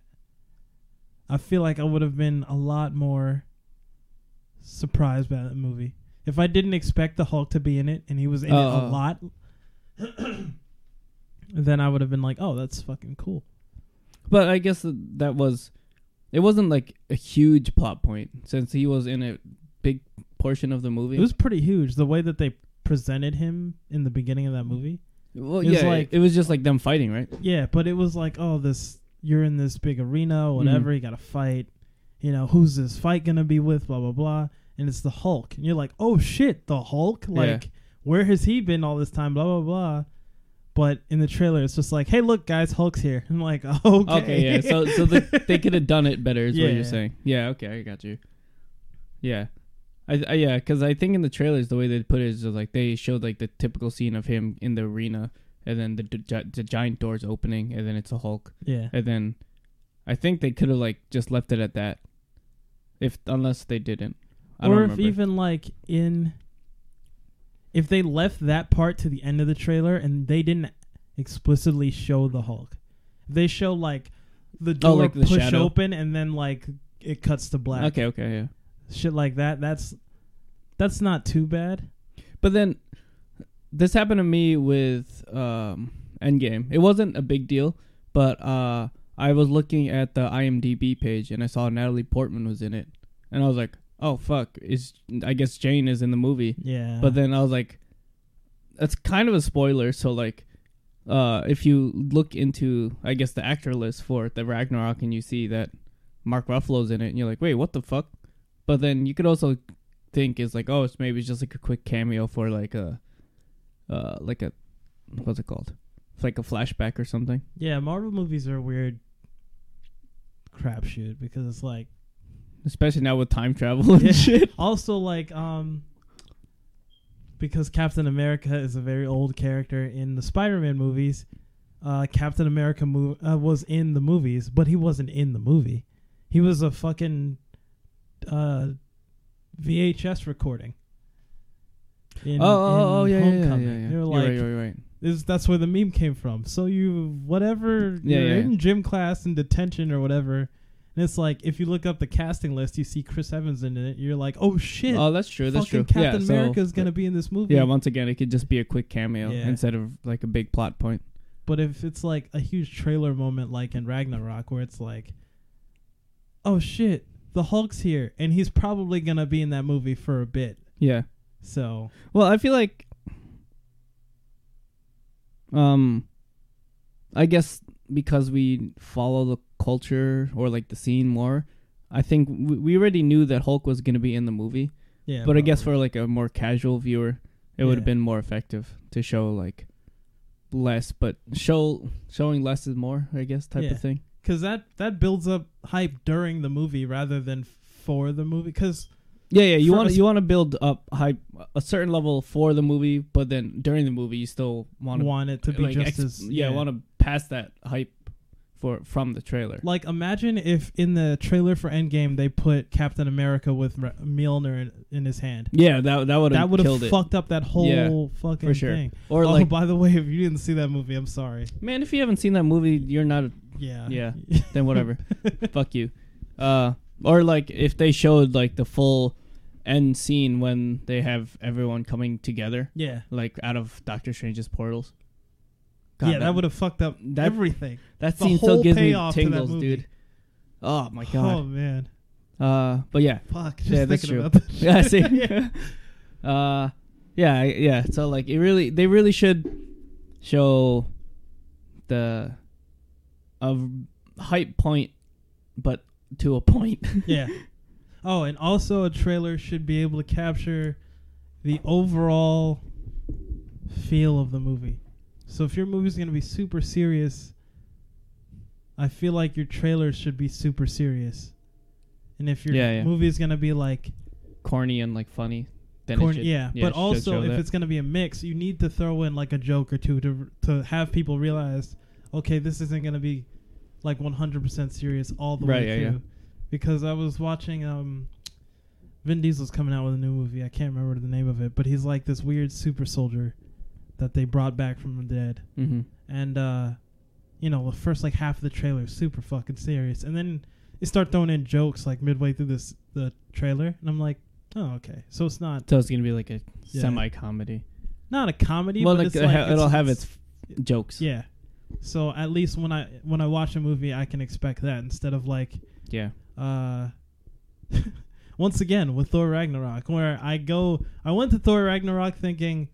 I feel like I would have been a lot more surprised by that movie. If I didn't expect the Hulk to be in it and he was in it
Oh.
a lot, then I would have been like, "Oh, that's fucking cool."
But I guess that, that was it wasn't like a huge plot point since he was in a big portion of the movie.
It was pretty huge the way that they presented him in the beginning of that movie.
well,
it was
yeah,
like-
it was just like them fighting, right?
Yeah, but it was like, "Oh, this you're in this big
Mm-hmm.
arena, whatever. You got to fight. You know, who's this fight gonna be with? Blah blah blah." And it's the Hulk, and you're like, "Oh shit, the Hulk!
Yeah.
Like, where has he been all this time?" Blah blah blah. But in the trailer, it's just like, "Hey, look, guys, Hulk's here." I'm like, "Okay,
Okay, yeah. So so the, they could have done it better, is what
Yeah.
you're saying? Yeah. Okay, I got you. Yeah, I, I yeah, because I think in the trailers the way they put it is just like they showed like the typical scene of him in the arena, and then the, gi- the giant doors opening, and then it's a Hulk.
yeah,
And then I think they could have like just left it at that. If unless they didn't. I
or
don't
if
remember.
even like in if they left that part to the end of the trailer and they didn't explicitly show the Hulk. They show like the door
Oh, like the
push
shadow?
open and then like it cuts to black.
Okay, okay, yeah.
Shit like that. That's that's not too bad.
But then this happened to me with um Endgame. It wasn't a big deal, but uh I was looking at the IMDb page and I saw Natalie Portman was in it. And I was like, "Oh fuck, is I guess Jane is in the movie."
Yeah.
But then I was like, that's kind of a spoiler. So like, uh, if you look into, I guess the actor list for the Ragnarok, and you see that Mark Ruffalo's in it, and you're like, wait, what the fuck? But then you could also think it's like, oh, it's maybe it's just like a quick cameo for like a, uh, like a, what's it called? It's like a flashback or something.
yeah, Marvel movies are weird crapshoot because it's like
Especially now with time travel and
Yeah.
shit.
also like um because Captain America is a very old character in the Spider-Man movies. Uh, Captain America mo- uh, was in the movies, but he wasn't in the movie. He was a fucking uh, VHS recording. In,
oh, oh, oh,
in
yeah, yeah, yeah,
Homecoming.
yeah, yeah.
They were
You're
like,
right, you're right.
This, that's where the meme came from. So you, whatever,
Yeah,
you're
yeah,
in gym class in detention or whatever, and it's like if you look up the casting list, you see Chris Evans in it. You're like, oh shit,
Oh, that's true. That's true.
fucking Captain
yeah, so-
America is gonna be in this movie.
Yeah, once again, it could just be a quick cameo
Yeah.
instead of like a big plot point.
but if it's like a huge trailer moment, like in Ragnarok, where it's like, oh shit, the Hulk's here, and he's probably gonna be in that movie for a bit.
Yeah.
So
Well, I feel like, um, I guess because we follow the culture or like the scene more, I think we, we already knew that Hulk was going to be in the movie.
Yeah,
but I guess
probably.
for like a more casual viewer, it would
Yeah.
have been more effective to show like less, but show showing less is more, I guess, type
Yeah.
of thing.
because that that builds up hype during the movie rather than for the movie. Because
Yeah, yeah. You
For
want
us-
you want to build up hype a certain level for the movie, but then during the movie, you still want
want it to be
like,
just
ex-
as
yeah, want to pass that hype for from the trailer.
Like imagine if in the trailer for Endgame they put Captain America with Re- Mjolnir in, in his hand.
yeah, that that would
That
have
would
killed
have
it.
fucked up that whole fucking
for sure.
thing.
Or
oh,
like,
by the way, if you didn't see that movie, I'm sorry.
man, if you haven't seen that movie, you're not. A,
Yeah.
Yeah. then whatever, fuck you. Uh, or like if they showed like the full end scene when they have everyone coming together,
yeah.
like out of Doctor Strange's portals.
yeah, that would have fucked up
that-
everything.
That
The
scene still
whole
gives me
payoff to that
tingles,
movie.
dude. Oh my
Oh
god.
man.
Uh, but yeah,
Fuck. Just
yeah, that's
thinking
true.
about that.
yeah, I see. uh, yeah, I- yeah. So like, it really, they really should show the of hype point, but to a point.
yeah. Oh, and also a trailer should be able to capture the overall feel of the movie. So if your movie's going to be super serious, I feel like your trailer should be super serious. And if your
Yeah, yeah.
movie is going to be like
Corny and like funny. Then it
corn,
should,
yeah,
it
but
should show
also if
that.
it's going to be a mix, you need to throw in like a joke or two to to have people realize, okay, this isn't going to be like 100% serious all the
Right,
way
yeah, yeah.
through. Because I was watching um Vin Diesel's coming out with a new movie. I can't remember the name of it, but he's like this weird super soldier that they brought back from the dead.
Mhm.
And uh you know, the first like half of the trailer is super fucking serious. And then they start throwing in jokes like midway through this the trailer, and I'm like, "Oh, okay. So it's not
so it's gonna be like a
Yeah.
semi comedy.
not a comedy,
Well,
but
like,
it's
it
like
ha- it'll have its
it's-
f- jokes.
yeah. So at least when I when I watch a movie, I can expect that instead of like
yeah.
uh, once again with Thor Ragnarok, where I go, I went to Thor Ragnarok thinking,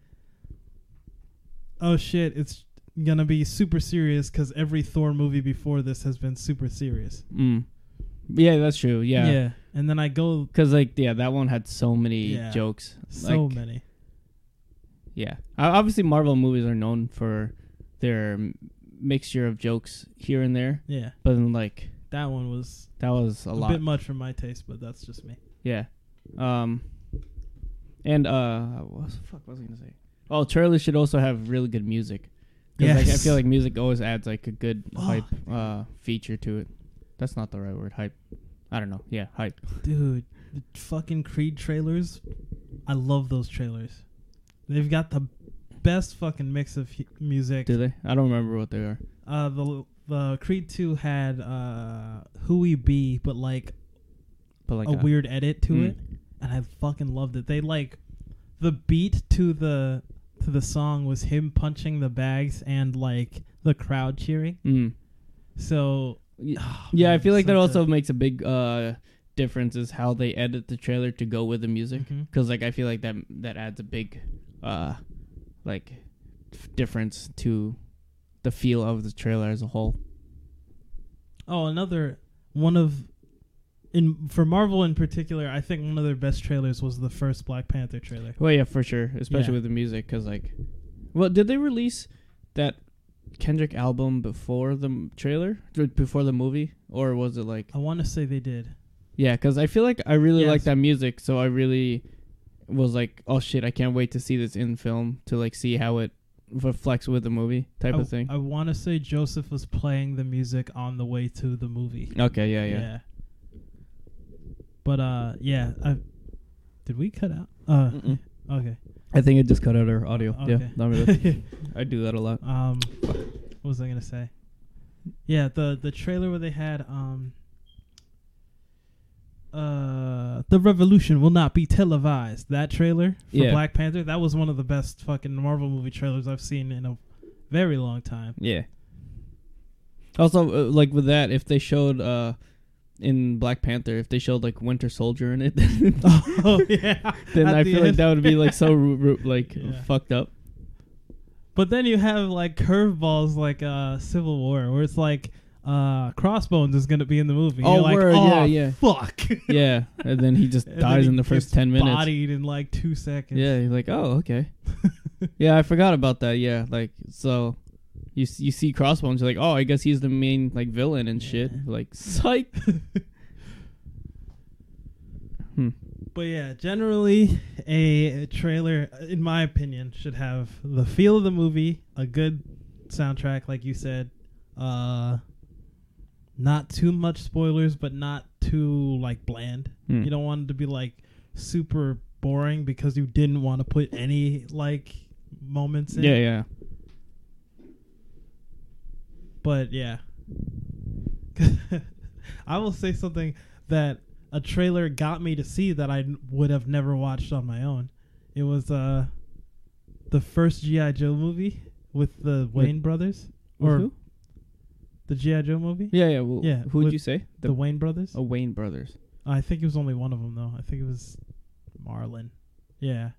oh shit, it's gonna be super serious because every Thor movie before this has been super serious.
Mm. Yeah, that's true. Yeah.
And then I go
Cause like yeah, that one had so many
Yeah.
jokes.
so
Like,
many.
Yeah, O- obviously Marvel movies are known for their m- mixture of jokes here and there,
Yeah,
but then like
that one was
that was a,
a,
lot.
bit much for my taste, but that's just me.
yeah, um, and uh, what the fuck was I gonna say? Oh, trailers should also have really good music. 'Cause, like, I
Yes.
feel like music always adds like a good
Oh.
hype uh, feature to it. That's not the right word. Hype. I don't know. Yeah, hype.
Dude, the fucking Creed trailers. I love those trailers. They've got the best fucking mix of hu- music.
Do they? I don't remember what they are.
Uh, the the Creed two had uh, "Who We Be," but like
But like
a
uh,
weird edit to
Mm.
it, and I fucking loved it. They like the beat to the to the song was him punching the bags and like the crowd cheering.
Mm.
So
Y-
ah,
Yeah, I
man,
feel like that
such
also
a-
makes a big uh, difference is how they edit the trailer to go with the music.
Mhm.
Because like I feel like that that adds a big, uh, like, f- difference to the feel of the trailer as a whole.
Oh, another one of in for Marvel in particular, I think one of their best trailers was the first Black Panther trailer.
Well, yeah, for sure, especially
Yeah.
with the music. Because like, well, did they release that Kendrick album before the m- trailer, Th- before the movie, or was it like?
I want to say they did.
Yeah, because I feel like I really
Yes.
like that music, so I really was like, oh shit, I can't wait to see this in film to like see how it reflects with the movie type
I,
of thing.
I want to say Joseph was playing the music on the way to the movie.
okay, yeah, yeah.
But uh, yeah. I, did we cut out? Uh,
Mm-mm.
okay.
I think it just cut out our audio. Yeah,
Okay.
not really. I do that a lot.
Um, what was I gonna say? Yeah, the the trailer where they had um. Uh, the revolution will not be televised. That trailer for
Yeah.
Black Panther that was one of the best fucking Marvel movie trailers I've seen in a very long time.
Yeah. Also, uh, like with that, if they showed uh in Black Panther, if they showed like Winter Soldier in it, then
oh yeah.
I
At the
feel like
end.
that would be like so ru- ru- like
Yeah.
fucked up.
But then you have like curveballs like uh, Civil War, where it's like uh, Crossbones is gonna be in the movie.
Oh,
You're like,
word,
oh,
yeah, yeah."
fuck.
yeah, and then he just
And then
dies
he
in the first
gets
ten minutes.
Bodied in like two seconds.
Yeah, he's like, oh, okay. yeah, I forgot about that. Yeah, like so, you s- you see Crossbones, you're like, oh, I guess he's the main like villain and shit.
Yeah.
Like, psych. hmm.
But yeah, generally, a trailer, in my opinion, should have the feel of the movie, a good soundtrack, like you said, uh, not too much spoilers, but not too like bland.
Hmm.
You don't want it to be like super boring because you didn't want to put any like moments in.
Yeah, yeah.
But yeah. I will say something that a trailer got me to see that I n- would have never watched on my own. It was uh the first GI Joe movie with the
With-
Wayne brothers
With
or
who?
the GI Joe movie?
Yeah, yeah. Well,
Yeah,
Who would
with
you say?
The, Wayne brothers?
oh, Wayne brothers
I think it was only one of them though. I think it was Marlon. Yeah.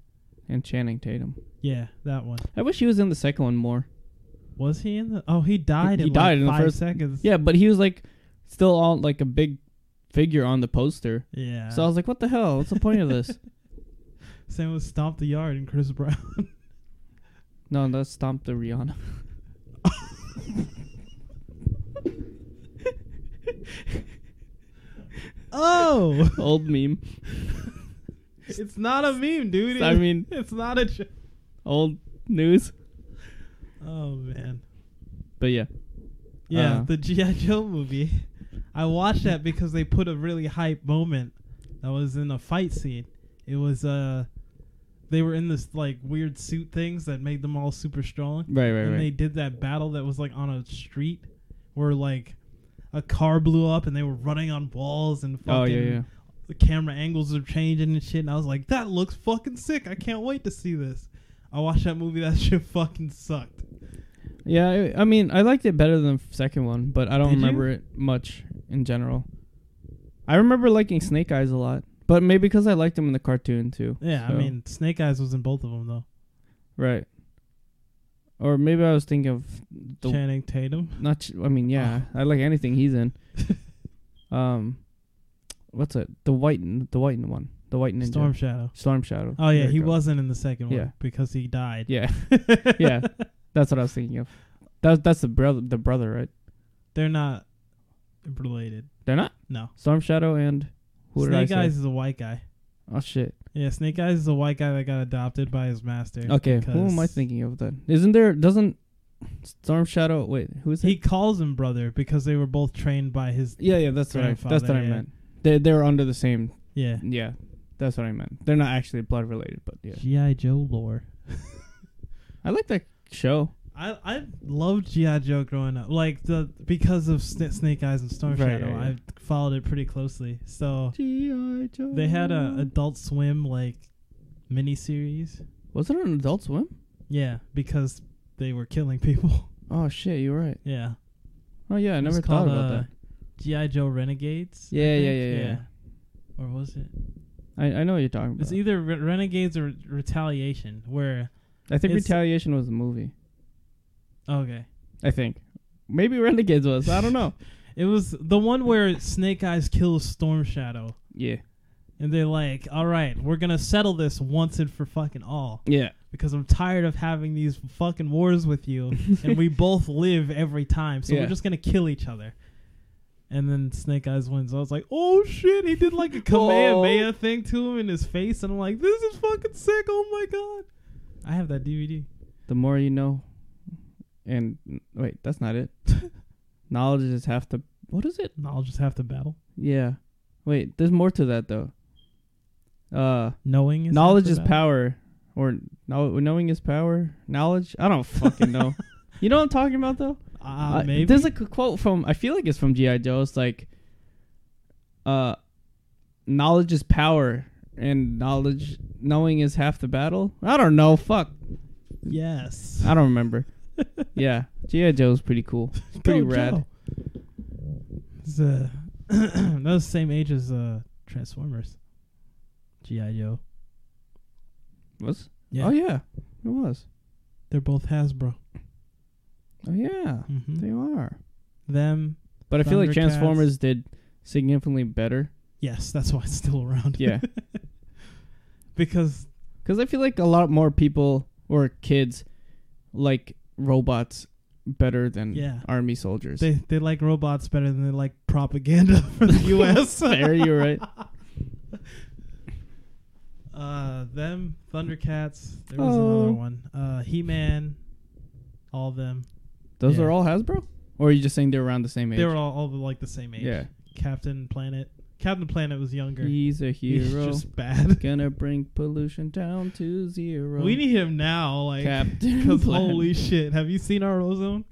and Channing Tatum.
Yeah, that one.
I wish he was in the second one more.
Was he in the Oh, he died
he
in
died
like
in the
5
first-
seconds.
Yeah, but he was like still on like a big figure on the poster.
Yeah.
So I was like, what the hell? What's the point of this?
Same with Stomp the Yard and Chris Brown.
No, that's Stomp the Rihanna.
oh.
Old meme.
It's not a meme, dude.
I mean-
it's not a. Jo-
Old news.
oh man,
But yeah.
yeah,
Uh.
the GI Joe movie. I watched that because they put a really hype moment that was in a fight scene. It was uh, they were in this like weird suit things that made them all super strong,
Right, right,
and
right.
they did that battle that was like on a street where like a car blew up and they were running on walls and fucking
oh yeah, yeah.
the camera angles are changing and shit. And I was like, that looks fucking sick. I can't wait to see this. I watched that movie. That shit fucking sucked.
Yeah, I, I mean, I liked it better than the second one, but I don't
Did you?
remember it much in general. I remember liking Snake Eyes a lot, but maybe because I liked him in the cartoon too.
Yeah, I
so-
mean, Snake Eyes was in both of them though.
right. Or maybe I was thinking of the
Channing Tatum.
not. Ch- I mean, yeah,
Ah.
I like anything he's in. um, what's it? The white, the white one, the white ninja,
Storm Shadow.
Storm Shadow.
Oh yeah,
There
he
you go.
wasn't in the second
Yeah.
one because he died.
Yeah, yeah, that's what I was thinking of. That's that's the brother, the brother, right?
They're not related.
They're not
No.
Storm Shadow and who did I
Snake
say?
Eyes is a white guy.
Oh shit.
Yeah, Snake Eyes is a white guy that got adopted by his master.
Okay, who am I
because
thinking of then? Isn't there doesn't Storm Shadow wait, who is
He
he?
calls him brother because they were both trained by his.
Yeah, yeah, that's what I that's what
Grandfather,
I
yeah.
meant. They they're under the same
Yeah.
yeah. That's what I meant. They're not actually blood related, but yeah.
GI Joe lore.
I like that show.
I I loved GI Joe growing up, like the because of Sna- Snake Eyes and Storm
Right,
Shadow.
yeah, yeah.
I followed it pretty closely. So
G.I. Joe.
they had a Adult Swim like miniseries.
Was it an adult swim?
Yeah, because they were killing people.
Oh shit, you're right.
yeah,
Oh yeah, I
It was
never thought
called,
about
uh,
that.
GI Joe Renegades. I
Yeah, yeah,
think?
yeah, yeah,
Or was it?
I, I know what you're talking about.
It's either Re- Renegades or Retaliation. Where
I think
it's-
Retaliation was a movie.
okay,
I think. Maybe Renegades was. I don't know.
it was the one where Snake Eyes kills Storm Shadow.
yeah.
And they're like, all right, we're going to settle this once and for fucking all.
Yeah.
because I'm tired of having these fucking wars with you, and we both live every time, so
Yeah.
we're just gonna kill each other. And then Snake Eyes wins. I was like, oh shit, he did like a
Oh.
Kamehameha thing to him in his face, and I'm like, this is fucking sick. Oh my god, I have that DVD.
The more you know. And wait, that's not it. Knowledge is half the. What is it?
And I'll just have to battle.
Yeah. Wait, there's more to that though. Uh,
Knowing is
knowledge
half the
is
battle.
power, or no, knowing is power. Knowledge. I don't fucking know. you know what I'm talking about though.
Uh,
I-
maybe
There's a qu- quote from. I feel like it's from GI Joe. It's like, uh, knowledge is power, and knowledge, knowing is half the battle. I don't know. Fuck.
yes.
I don't remember. yeah, GI Joe's pretty cool. pretty
Go,
rad.
Joe. It's, uh, that was the same age as uh, Transformers. G.I. Joe.
Was
Yeah.
oh yeah, it was.
They're both Hasbro.
Oh yeah,
hmm
they are.
Them.
But I feel like
Thundercats.
Transformers did significantly better.
Yes, that's why it's still around.
Yeah,
because
because I feel like a lot more people or kids like robots better than
Yeah.
army soldiers.
they they like robots better than they like propaganda for the U.S.
Fair, you're right.
Uh, them Thundercats. There was another
Oh.
one. Uh, He Man. All them.
Those
Yeah.
are all Hasbro, or are you just saying they're around the same age?
They were all, all like the same age.
Yeah.
Captain Planet. Captain Planet was younger.
He's a
He's
hero.
just bad.
Gonna bring pollution down to zero.
We need him now, like
Captain
Because
Planet.
holy shit, have you seen our ozone?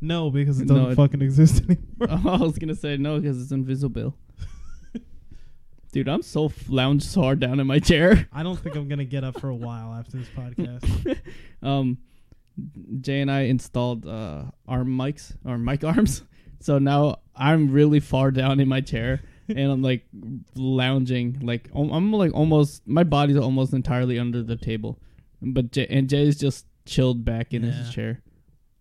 No, because it
No,
doesn't
it-
fucking exist anymore.
Oh, I was gonna say no because it's invisible. Dude, I'm so f- lounge sore down in my chair.
I don't think I'm gonna get up for a while after this podcast.
Um, Jay and I installed uh, arm mics or mic arms, so now I'm really far down in my chair and I'm like lounging, like om- I'm like almost my body's almost entirely under the table, but Jay and Jay's just chilled back in
Yeah.
his chair.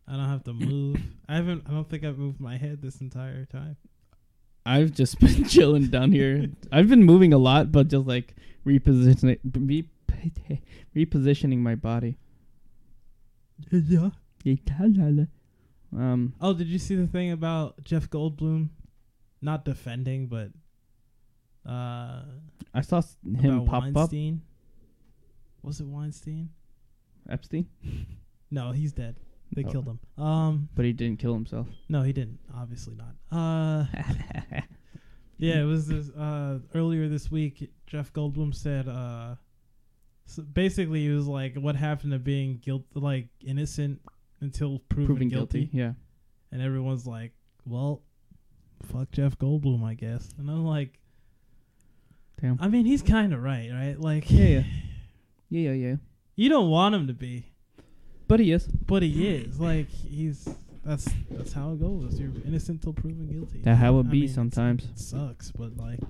I don't have to move. I haven't. I don't think I've moved my head this entire time.
I've just been chilling down here. I've been moving a lot, but just like repositioning, re- repositioning my body.
Yeah.
Um,
Oh, did you see the thing about Jeff Goldblum? Not defending, but uh,
I saw s- him
about
pop up.
Weinstein. Was it Weinstein?
Epstein,
No, he's dead. They
Oh.
killed him. Um,
but he didn't kill himself.
no, he didn't. Obviously not. Uh, yeah, it was this, uh earlier this week. Jeff Goldblum said, uh, so basically, he was like, "What happened to being guilt, like innocent until proven,
Proving
guilty.
guilty. Yeah.
And everyone's like, well, fuck Jeff Goldblum, I guess. And I'm like,
Damn.
I mean, he's kind of right, right? Like,
Yeah, yeah. Yeah, yeah, yeah.
you don't want him to be,
But he is.
but he is. Like, he's that's that's how it goes. You're innocent till proven guilty.
That how it
I
be
mean,
sometimes.
It sucks, but like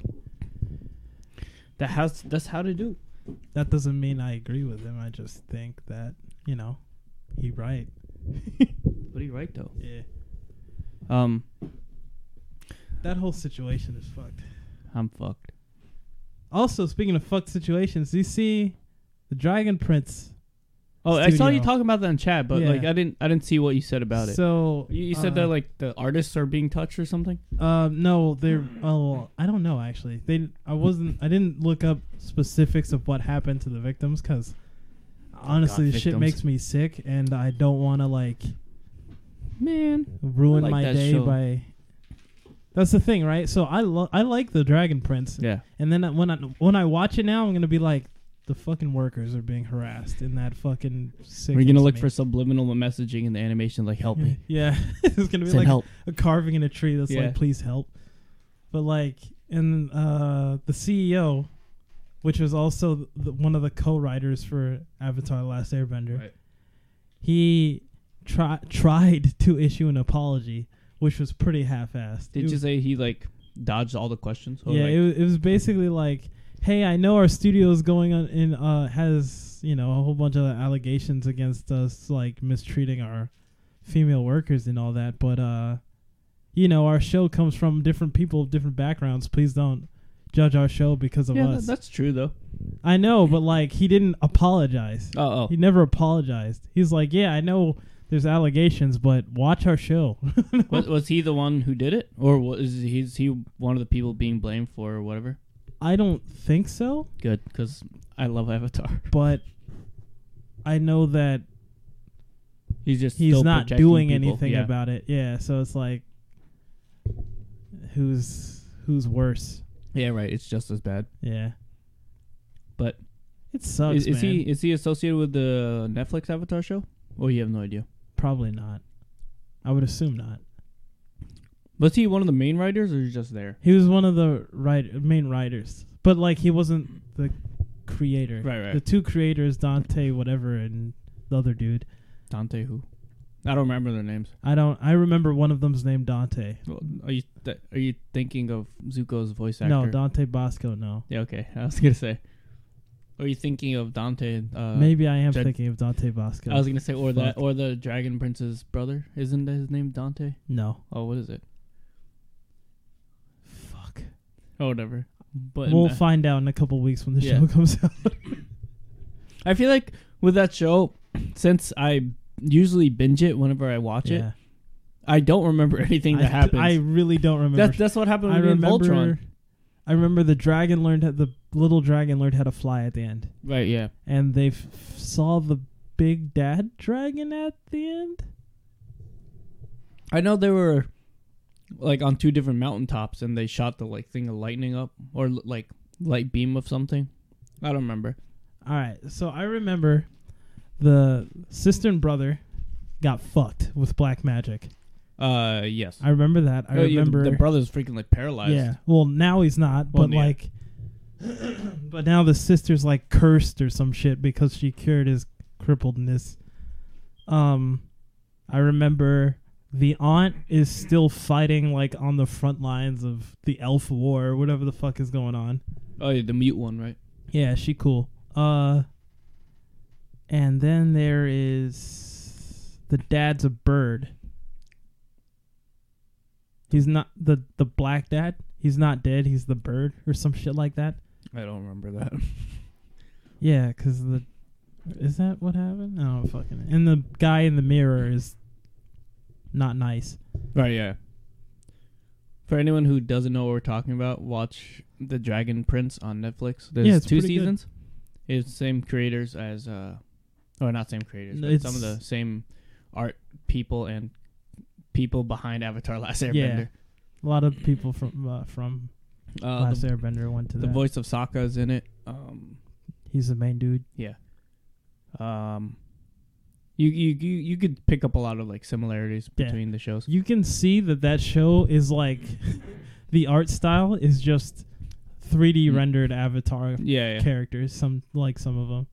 That has. That's how to do.
that doesn't mean I agree with him. I just think that you know, he right.
But he right though.
Yeah,
Um,
that whole situation is fucked.
I'm fucked.
Also, speaking of fucked situations, do you see the Dragon Prince?
Oh, I saw you
Studio.
talking about that in chat, but
Yeah.
like I didn't. I didn't see what you said about it.
So
You, you
uh,
said that like the artists are being touched or something.
Um, no, they're. Oh, well, I don't know actually. They, I wasn't. I didn't look up specifics of what happened to the victims because, honestly,
God,
this shit
Oh, victims.
makes me sick, and I don't want to like
Man,
ruin
I like
my
that
day
show.
by. That's the thing, right? So I lo- I like the Dragon Prince,
yeah.
and then when I when I watch it now, I'm gonna be like, the fucking workers are being harassed, and that fucking.
We're gonna
sickens
look
me.
for subliminal messaging in the animation, like "Help me,
Yeah, it's gonna be
send
like
help."
a carving in a tree that's
Yeah.
like please help but like and uh the ceo which was also the, one of the co-writers for avatar the last airbender
Right.
he try, tried to issue an apology which was pretty half-assed
Did
It
you say he like dodged all the questions? Or,
yeah,
like,
it, was, it was basically like, hey, I know our studio is going on in uh has you know a whole bunch of allegations against us like mistreating our female workers and all that, but uh, you know our show comes from different people, different backgrounds. Please don't judge our show because of
yeah, tha-
us.
that's true though.
I know, but like he didn't apologize.
Oh,
He never apologized. He's like, yeah, I know there's allegations, but watch our show.
oh. was, was he the one who did it, or was he, is he one of the people being blamed for or whatever?
I don't think so.
Good, because I love Avatar.
but I know that
He's just
he's
still
not
protecting
doing
people.
anything
Yeah.
about it. Yeah, so it's like who's who's worse?
Yeah, right. It's just as bad.
Yeah.
But
It sucks,
is, is
man.
he is he associated with the Netflix Avatar show? Or you have no idea.
Probably not. I would assume not.
Was he one of the main writers, or he's just there?
He was one of the write- main writers, but like he wasn't the creator.
Right, right.
The two creators, Dante, whatever, and the other dude.
Dante who? I don't remember their names.
I don't. I remember one of them's named Dante.
Well, Are you th- are you thinking of Zuko's voice actor?
No, Dante Bosco. No.
Yeah, okay. I was gonna say. Or are you thinking of Dante? Uh,
Maybe I am
Jed-
thinking of Dante Bosco.
I was gonna say, or that,
Fuck.
or the Dragon Prince's brother. Isn't his name Dante?
no.
Oh, what is it?
Fuck.
Oh, whatever. But
We'll
uh,
find out in a couple weeks when the
Yeah.
show comes out.
I feel like with that show, since I usually binge it whenever I watch it, I don't remember anything that
I,
happens.
I really don't remember.
that's that's what happened
I
with me and Voltron.
remember. I remember the dragon learned how, the little dragon learned how to fly at the end,
Right? Yeah.
and they f- saw the big dad dragon at the end.
I know they were like on two different mountaintops, and they shot the like thing of lightning up or l- like light beam of something. I don't remember.
All right, so I remember the sister and brother got fucked with black magic.
Uh, yes.
I remember that. I
Oh, yeah, the-
remember
the, brother's freaking like paralyzed.
Yeah. Well, now he's not,
Well,
but
yeah.
like, but now the sister's like cursed or some shit because she cured his crippledness. Um, I remember the aunt is still fighting like on the front lines of the elf war or whatever the fuck is going on.
Oh, yeah, the mute one, right?
Yeah, she cool. Uh, and then there is the dad's a bird. He's not the the black dad. He's not dead. He's the bird or some shit like that.
I don't remember that.
Yeah, because the is that what happened? I don't fucking. And the guy in the mirror is not nice.
right? Yeah. For anyone who doesn't know what we're talking about, watch The Dragon Prince on Netflix. There's
Yeah, it's
two
pretty good.
seasons. It's same creators as uh, or not same creators, but some of
It's-
the same art people and people behind Avatar: Last
Yeah.
Airbender.
A lot of people from uh, from
Uh,
Last
the,
Airbender went to
the
that.
voice of Sokka is in it. Um,
He's the main dude.
um, you you you you could pick up a lot of like similarities
Yeah.
between the shows.
you can see that that show is like the art style is just 3D
Mm.
rendered avatar
Yeah. yeah.
characters some like some of them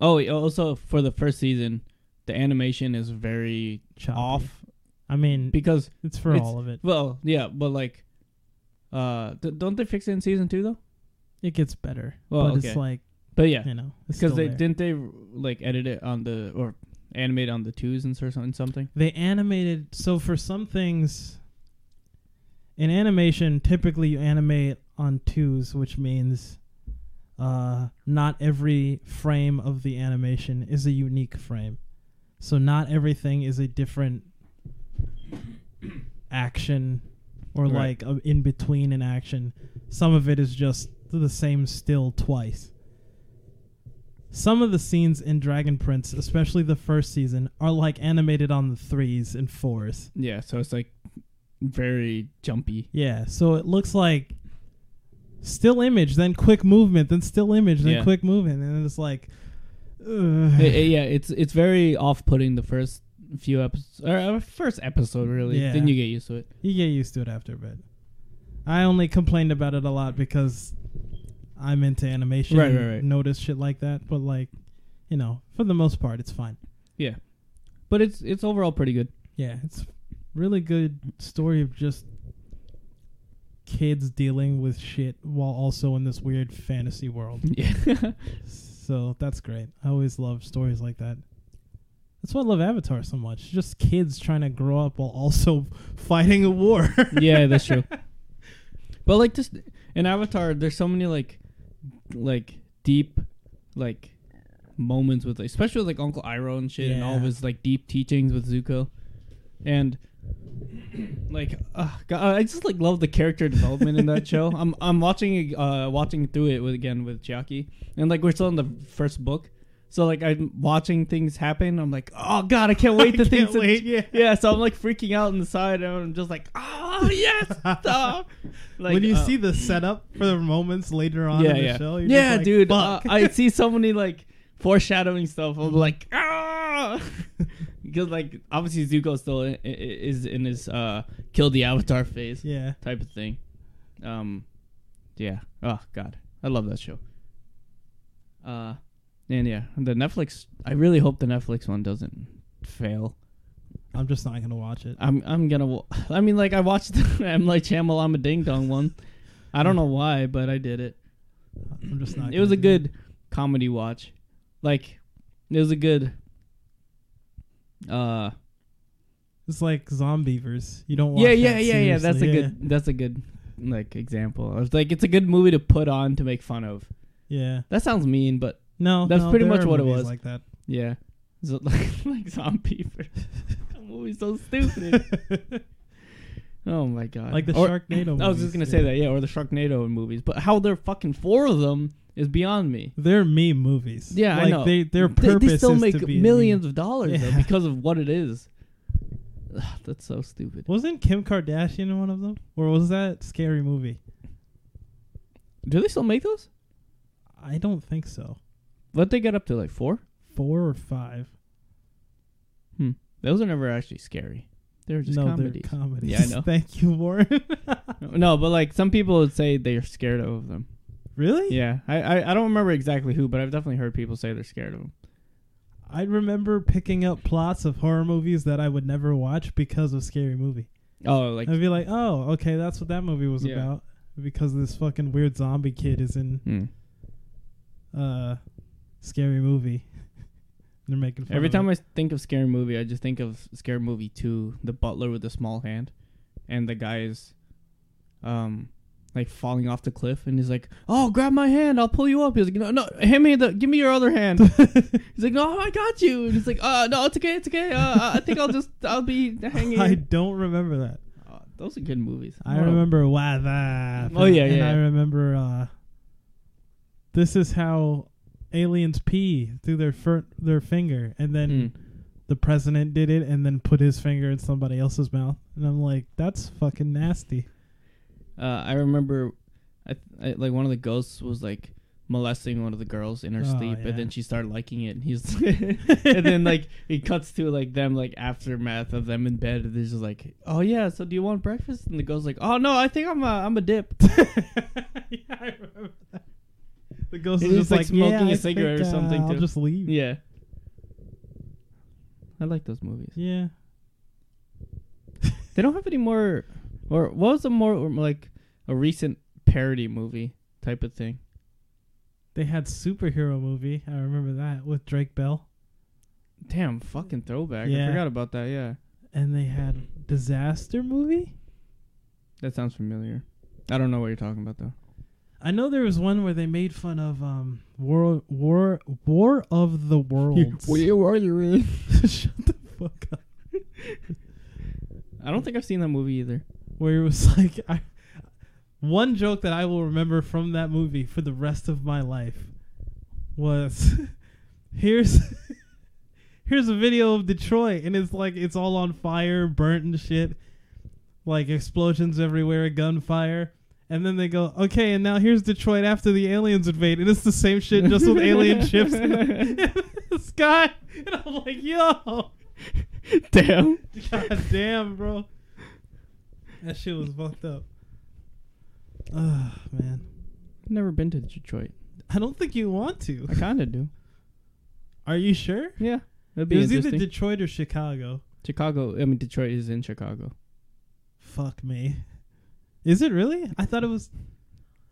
Oh, yeah, also for the first season, the animation is very
choppy.
off
I mean
because
it's for
it's-
all of it
well, yeah, but like, uh, th- don't they fix it in season two though?
it gets better
Well,
but it's
okay.
like
But yeah,
you know it's
because
still
they
there.
didn't they like edit it on the or animate on the twos and sort of something- something.
they animated so for some things in animation typically you animate on twos which means uh not every frame of the animation is a unique frame so not everything is a different action or
Right.
like a, in between an action some of it is just the same still twice some of the scenes in Dragon Prince, especially the first season, are like animated on the threes and fours.
Yeah, so it's like very jumpy.
Yeah, so it looks like still image, then quick movement, then still image, then
Yeah.
quick movement, and it's like, ugh.
It- it- yeah, it's it's very off putting the first few episodes or uh, first episode really.
Yeah.
Then you get used to it.
you get used to it after a bit. I only complained about it a lot because I'm into animation,
Right, right,
and
right.
Notice shit like that, but like, you know, for the most part, it's fine.
But it's it's overall pretty good.
Yeah, it's really good story of just kids dealing with shit while also in this weird fantasy world.
Yeah.
So that's great. I always love stories like that. That's why I love Avatar so much. Just kids trying to grow up while also fighting a war.
yeah, that's true. But like this in Avatar, there's so many like like deep like moments with especially with, like Uncle Iroh and shit and all of
Yeah.
his like deep teachings with Zuko. And like uh, God, I just like love the character development in that show. I'm I'm watching uh watching through it with again with Chiaki. And like we're still in the first book. So like I'm watching things happen. I'm like, "Oh god, I can't wait
I
to things
can't
that-
wait, yeah.
yeah, so I'm like freaking out inside, and I'm just like, oh yes, stop. Like,
when you
uh,
see the setup for the moments later on
yeah,
in the
yeah,
show, you're just
yeah,
like,
dude, uh,
fuck. Mm-hmm.
I see so many like foreshadowing stuff. I'm like, ah, because like obviously Zuko still i- i- is in his uh kill the Avatar phase
yeah.
type of thing. Um, yeah. Oh god, I love that show. Uh, and yeah, the Netflix. I really hope the Netflix one doesn't fail.
I'm just not gonna watch it.
I'm I'm gonna. wa- I mean, like I watched the M Night Shyamalan Ding Dong one. I don't know why, but I did it.
I'm just not.
It was
gonna
a
do
good comedy watch. Like it was a good uh
It's like zombievers. You don't watch
yeah, yeah,
that
yeah, yeah. That's a
seriously.
good that's a good like example. It's like it's a good movie to put on to make fun of.
Yeah. Yeah.
That sounds mean, but
No.
That's
no,
pretty
there
much
are
what it
movies
was.
Like that.
yeah. So, like like zombie that movie's so stupid. oh my god.
like the
Or-
Sharknado.
I was just gonna
movies,
say
yeah.
that, yeah, or the Sharknado movies. But how there are fucking four of them is beyond me.
They're meme movies.
Yeah,
like
I know.
They, their
They-
purpose
they still
is
make
to be a meme.
millions of dollars
Yeah.
though, because of what it is. Ugh, that's so stupid.
Wasn't Kim Kardashian one of them, or was that Scary Movie?
Do they still make those?
I don't think so.
What they got up to like four?
Four or five.
Those are never actually scary. They're just
no,
comedies.
they're comedies.
Yeah, I know.
Thank you, Warren.
no, but like some people would say they're scared of them.
really?
Yeah, I, I I don't remember exactly who, but I've definitely heard people say they're scared of them.
I remember picking up plots of horror movies that I would never watch because of Scary Movie.
Oh, like
I'd be like, oh, okay, that's what that movie was
Yeah.
about. Because this fucking weird zombie kid is in
hmm.
uh, Scary Movie. They're making fun
every
of
time
it.
I think of scary movie, I just think of scary movie two, the butler with the small hand, and the guy is, um, like falling off the cliff, and he's like, "Oh, grab my hand, I'll pull you up." He's like, "No, no, hand me the, give me your other hand." he's like, "No, I got you." And he's like, "Uh, no, it's okay, it's okay. Uh, I think I'll just, I'll be hanging."
I don't remember that.
Oh, those are good movies.
I
What a-
remember why that.
Oh, yeah,
And
yeah,
I
yeah.
remember uh, this is how aliens pee through their fir- their finger, and then
Mm.
the president did it, and then put his finger in somebody else's mouth, and I'm like, that's fucking nasty.
Uh, I remember, I, I like one of the ghosts was like molesting one of the girls in her
Oh,
sleep,
yeah.
and then she started liking it, and he's, and then like it cuts to like them like aftermath of them in bed, and they're just like, oh yeah, so do you want breakfast? And the girl's like, oh no, I think I'm a I'm a dip.
yeah, I remember that. The ghost
He
is
was,
just
like,
like,
smoking
yeah,
a
I
cigarette
think,
or
uh,
something,
I'll
too.
just leave. Yeah.
yeah, I like those movies. They don't have any more, or what was a more like a recent parody movie type of thing?
They had superhero movie. I remember that with Drake Bell,
Damn, fucking throwback! I
Yeah.
forgot about that. Yeah.
and they had disaster movie.
That sounds familiar. I don't know what you're talking about though.
I know there was one where they made fun of um war war war of the worlds.
are you in?
Shut the fuck up.
I don't think I've seen that movie either.
Where it was like I, one joke that I will remember from that movie for the rest of my life was here's here's a video of Detroit and it's like it's all on fire, burnt and shit. Like explosions everywhere, gunfire. And then they go, okay, and now here's Detroit after the aliens invade, and it's the same shit just with alien ships in the, in the sky. And I'm like, yo,
Damn.
god damn, bro, that shit was fucked up. Ugh, man,
I've never been to Detroit.
I don't think you want to.
I kind of do.
Are you sure?
Yeah. That'd
It
be
was either
interesting.
Detroit or Chicago.
Chicago. I mean, Detroit is in Chicago.
Fuck me. Is it really? I thought it was.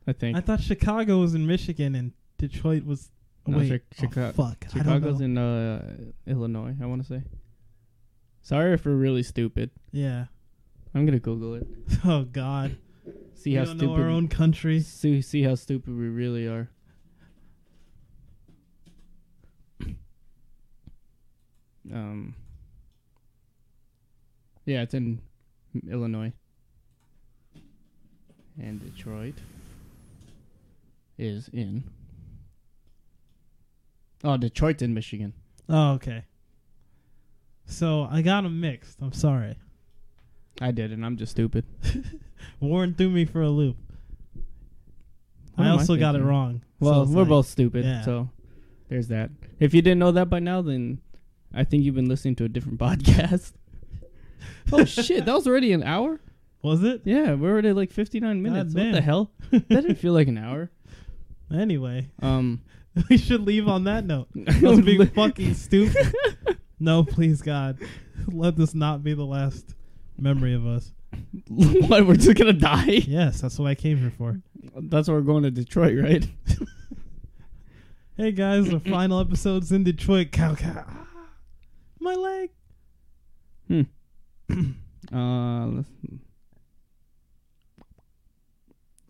I think.
I thought Chicago was in Michigan and Detroit was.
No,
wait,
Chi- Chica-
oh, fuck. I don't
Chicago's
know.
in uh, Illinois. I want to say. Sorry if we're really stupid.
yeah.
I'm gonna Google it.
Oh God.
See
we
how
don't
stupid.
know our own country.
see, see how stupid we really are. Um. Yeah, it's in Illinois. And Detroit is in. Oh, Detroit's in Michigan.
Oh, okay. So I got them mixed. I'm sorry.
I did, and I'm just stupid.
Warren threw me for a loop.
What
I
am I
also got it
thinking?
wrong. So
Well,
it's
we're
like-
both stupid,
yeah.
so there's that. If you didn't know that by now, then I think you've been listening to a different podcast. oh shit, that was already an hour?
Was it?
Yeah, we're already like 59 minutes. what the
damn.
hell? That didn't feel like an hour.
Anyway,
Um
we should leave on that note. Let's be fucking stupid. No, please, God, let this not be the last memory of us.
what, we're just going to die?
Yes, that's what I came here for.
That's why we're going to Detroit, right?
Hey guys, the final episode's in Detroit. Cow cow. Ah, My leg.
Uh, let's.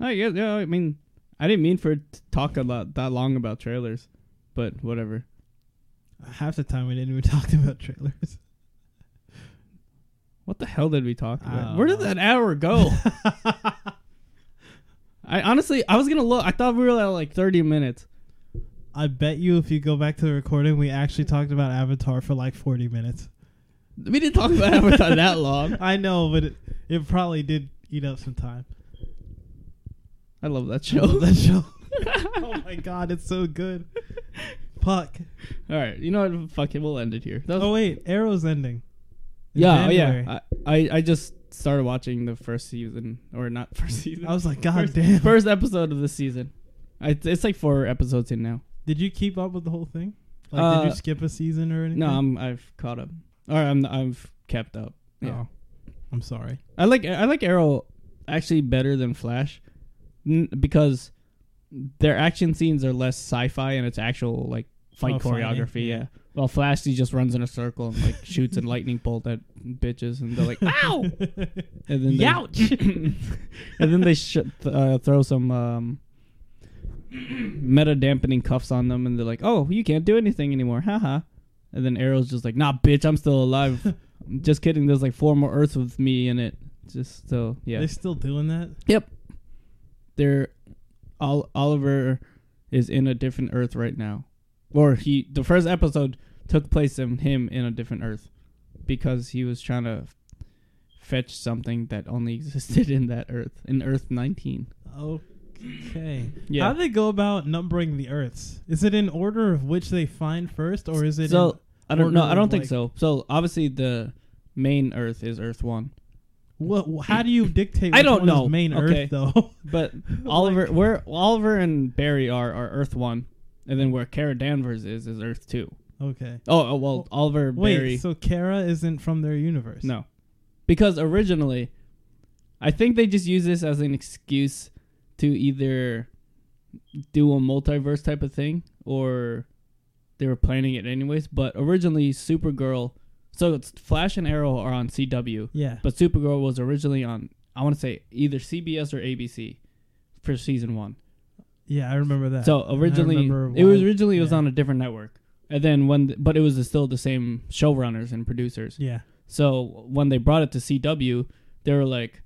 I guess Oh, yeah. I mean, I didn't mean for it to talk a lot that long about trailers, but whatever.
Half the time we didn't even talk about trailers.
What the hell did we talk about?
Uh,
Where did that hour go? I honestly, I was gonna look. I thought we were at like thirty minutes.
I bet you if you go back to the recording, we actually talked about Avatar for like 40 minutes.
We didn't talk about Avatar that long.
I know, but it, it probably did eat up some time.
I love that
I love
show.
that show. oh my god, it's so good. Fuck.
All right, you know what? Fuck it. We'll end it here. That was-
Oh wait, Arrow's ending. In
yeah, oh,
January.
yeah. I, I I just started watching the first season, or not first season.
I was like, God
first,
damn.
First episode of the season. I, it's like four episodes in now.
Did you keep up with the whole thing? Like, did
Uh,
you skip a season or anything?
No, I'm I've caught up. Or I'm I've kept up. Yeah.
Oh, I'm sorry.
I like I like Arrow actually better than Flash n- because their action scenes are less sci-fi and it's actual like fight
Oh, fighting,
choreography. yeah.
yeah.
Well, Flash he just runs in a circle and like shoots a lightning bolt at bitches and they're like ow and then they-
Youch!
and then they sh- uh, throw some um, meta dampening cuffs on them and they're like oh you can't do anything anymore haha and then Arrow's just like nah bitch I'm still alive just kidding there's like four more Earths with me in it just so yeah
They're still doing that?
Yep. They're Ol- Oliver is in a different Earth right now, or he. The first episode took place in him in a different Earth because he was trying to fetch something that only existed in that Earth in Earth nineteen.
Okay.
Yeah.
How do they go about numbering the Earths? Is it in order of which they find first, or is it
So I don't know.
order
I don't
of,
think
like-
so. So obviously the main Earth is Earth one,
in, what? How do you dictate?
I
which
don't
one is
know.
Main
Okay.
Earth though.
but Oliver, where Oliver and Barry are are Earth one, and then where Kara Danvers is is Earth two.
okay.
Oh, oh well, Oliver
Wait.
Barry.
So Kara isn't from their universe?
No. Because originally, I think they just use this as an excuse to either do a multiverse type of thing or they were planning it anyways. But originally, Supergirl. So it's Flash and Arrow are on CW,
Yeah.
but Supergirl was originally on, I want to say, either CBS or ABC for season one.
Yeah, I remember that.
So
And Uh, I
originally,
remember
it was
why-
originally it was
yeah.
on a different network. And then when, th- but it was still the same showrunners and producers.
Yeah.
So when they brought it to CW, they were like,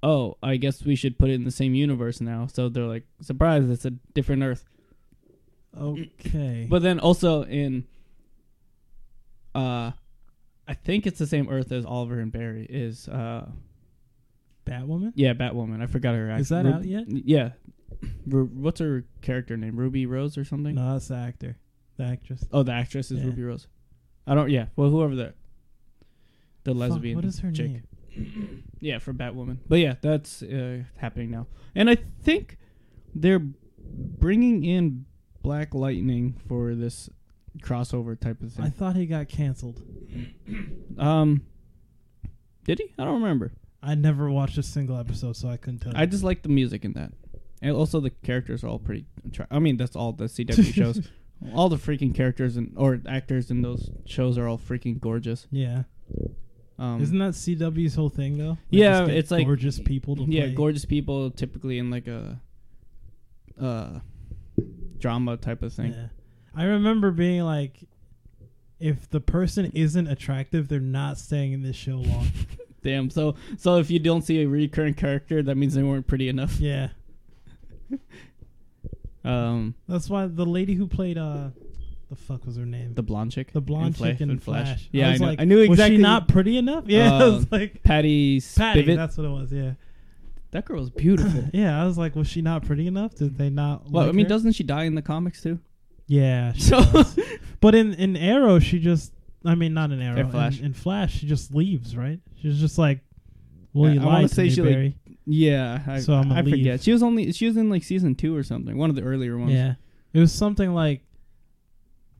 "Oh, I guess we should put it in the same universe now." So they're like, "Surprise, it's a different Earth."
Okay.
But then also in, uh, I think it's the same Earth as Oliver and Barry is. Uh,
Batwoman.
yeah, Batwoman. I forgot her.
Is
act-
that
Ru-
out yet?
Yeah. Ru- what's her character name? Ruby Rose or something?
No, that's the actor, the actress.
Oh, the actress is
Yeah.
Ruby Rose. I don't. Yeah. Well, whoever the the
Fuck,
lesbian.
what is her
chick.
name?
Yeah, for Batwoman. But yeah, that's uh, happening now. And I think they're bringing in Black Lightning for this crossover type of
I
thing.
thought he got canceled.
um, did he? I don't remember.
I never watched a single episode, so I couldn't tell.
I just like the music in that, and also the characters are all pretty. Tra- I mean, that's all the CW shows. All the freaking characters and or actors in those shows are all freaking gorgeous.
Yeah.
Um,
Isn't that CW's whole thing though? Like,
Yeah,
just get
it's like-
gorgeous people to
yeah
play.
gorgeous people typically in like a uh drama type of thing.
Yeah. I remember being like, if the person isn't attractive, they're not staying in this show long.
Damn. So so if you don't see a recurring character, that means they weren't pretty enough.
yeah,
Um,
that's why the lady who played uh, the fuck was her name?
the blonde chick.
the blonde
in Fla-
chick in
in
Flash.
Yeah, I,
was
know.
Like,
I knew exactly.
Was she not pretty enough? Yeah, I
Uh,
was like,
Patty
Patty,
Spivot.
that's what it was. Yeah,
That girl was beautiful.
yeah, I was like, was she not pretty enough? Did they not?
well, I
like
mean,
her?
doesn't she die in the comics too?
yeah. She
So
does. but in in Arrow, she just. I mean, not in Arrow.
Flash.
In, in Flash, she just leaves, right? She's just like, "Well,
Yeah,
you
I wanna
lied to
say
me,
she, like,
Barry."
yeah, I,
So I'ma
I
leave.
forget. She was only she was in like season two or something, one of the earlier ones.
Yeah. It was something like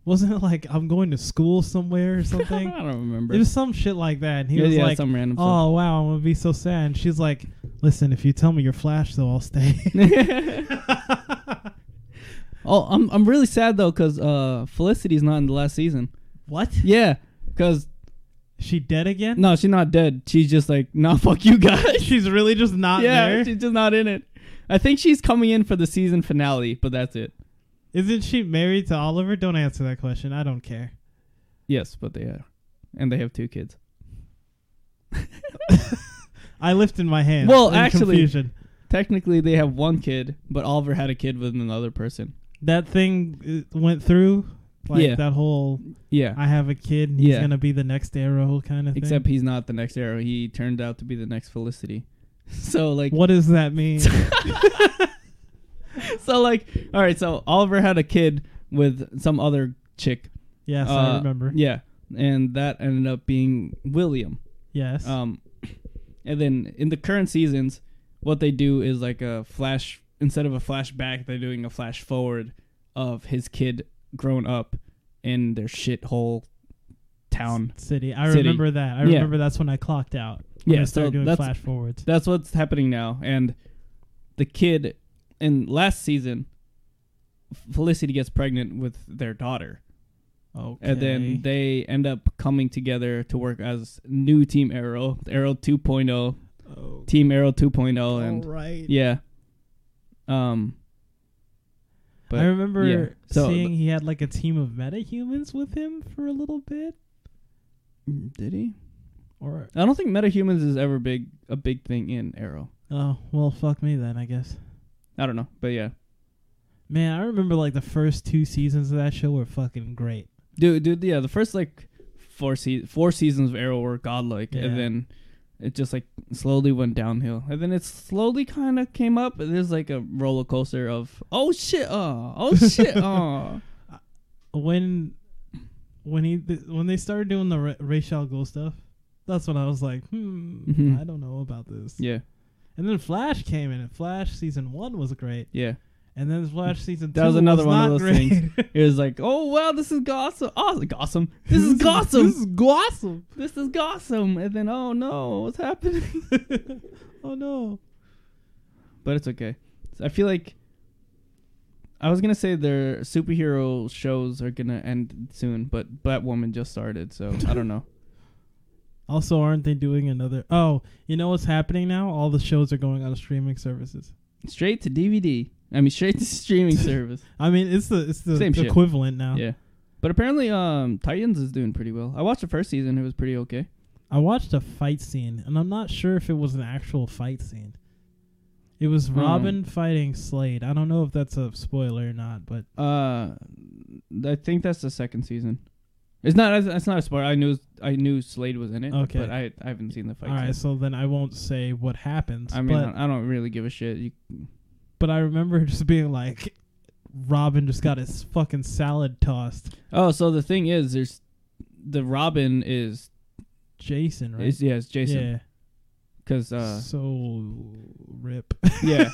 wasn't it like I'm going to school somewhere or something?
I don't remember.
it was some shit like that. And he
yeah,
was
yeah,
like,
some random. stuff.
"Oh wow, I'm gonna be so sad." And she's like, "Listen, if you tell me your flash, though, I'll stay."
Oh, I'm I'm really sad though because uh, Felicity's not in the last season.
What?
Yeah, because
She dead again?
no, she's not dead. She's just like, nah, fuck you guys.
She's really just not
yeah,
there.
she's just not in it. I think she's coming in for the season finale, but that's it.
Isn't she married to Oliver? Don't answer that question. I don't care.
Yes, but they are, and they have two kids.
I lifted my hand.
Well,
in
actually-
confusion.
Technically, they have one kid, but Oliver had a kid with another person.
that thing uh, went through. Like
Yeah.
that whole
Yeah,
I have a kid and he's
Yeah.
gonna be the next arrow kind of thing.
except he's not the next Arrow. He turned out to be the next Felicity. So like,
what does that mean?
so like, all right. So Oliver had a kid with some other chick.
yes,
Uh,
I remember.
Yeah, and that ended up being William.
Yes.
Um, and then in the current seasons, what they do is like a flash instead of a flashback, they're doing a flash forward of his kid grown up in their shithole town.
City. I
City.
remember that. I
Yeah.
remember that's when I clocked out. When
Yeah,
I
so
started doing
that's
flash forwards.
that's what's happening now. And the kid in last season, Felicity gets pregnant with their daughter.
Okay.
and then they end up coming together to work as new team arrow arrow 2.0
oh,
team arrow 2.0 and
all Oh, right.
yeah um but
I remember
yeah. So-
seeing he had like a team of metahumans with him for a little bit.
did he
Or
i don't think metahumans is ever big a big thing in arrow
oh well, fuck me then I guess.
i don't know but yeah
Man, I remember like the first two seasons of that show were fucking great.
dude dude yeah the first like four se- four seasons of arrow were godlike
Yeah.
and then it just like slowly went downhill and then it slowly kind of came up and there's like a roller coaster of oh shit oh oh shit oh
When when he when they started doing the Ra- Rachel Gold stuff, that's when I was like, hmm,
Mhm.
I don't know about this.
yeah
And then Flash came in, and Flash season one was great,
yeah
and then Flash season two
That was another one of
not
those
great.
things. It was like, oh wow, this is awesome, awesome, awesome. This is
This
awesome.
is awesome.
This is awesome. And then, oh no, what's happening?
oh no.
But it's okay. So I feel like I was gonna say their superhero shows are gonna end soon, but Batwoman just started, so I don't know.
Also, aren't they doing another? Oh, you know what's happening now? All the shows are going on streaming services.
Straight to DVD. I mean, straight to streaming service.
I mean, it's the it's the
Same shit.
equivalent now.
Yeah. But apparently, um, Titans is doing pretty well. I watched the first season; it was pretty okay.
I watched a fight scene, and I'm not sure if it was an actual fight scene. It
Hmm.
was Robin fighting Slade. I don't know if that's a spoiler or not, but
Uh, I think that's the second season. It's not. It's not a spoiler. I knew. I knew Slade was in it.
Okay.
but I I haven't seen the fight.
all right.
yet.
So then I won't say what happens.
I mean,
but,
I I don't really give a shit. You,
but I remember just being like, Robin just got his fucking salad tossed.
oh, so the thing is, there's the Robin is
Jason, right?
is yeah, it's Jason
Yeah.
because uh
so rip.
yeah.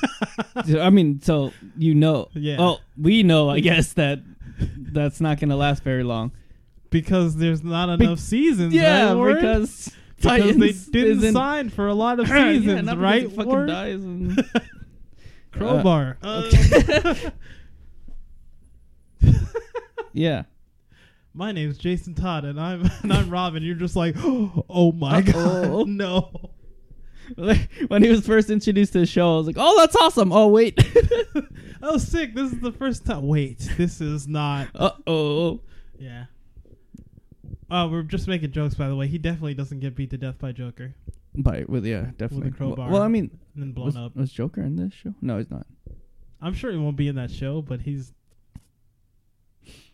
So, I mean, so you know.
yeah.
Oh, we know. I guess that that's not gonna last very long.
because there's not
Be-
enough seasons.
yeah,
right, Warren?
because
Because
Titans
they didn't
isn't-
sign for a lot of
Yeah,
seasons,
not because
right?
he fucking Uh,
Warren?
dies and
Crowbar.
yeah.
My name's Jason Todd, and I'm and I'm Robin. You're just like, oh my
Uh-oh.
god, no.
Like, when he was first introduced to the show, I was like, "Oh, that's awesome!" Oh, wait,
Oh, sick. This is the first time. Wait, this is not.
uh oh,
Yeah. Oh, we're just making jokes, by the way. He definitely doesn't get beat to death by Joker
by with yeah, definitely.
with a crowbar.
Well, I mean,
and then blown
was,
up.
was Joker in this show? No, he's not.
I'm sure he won't be in that show, but he's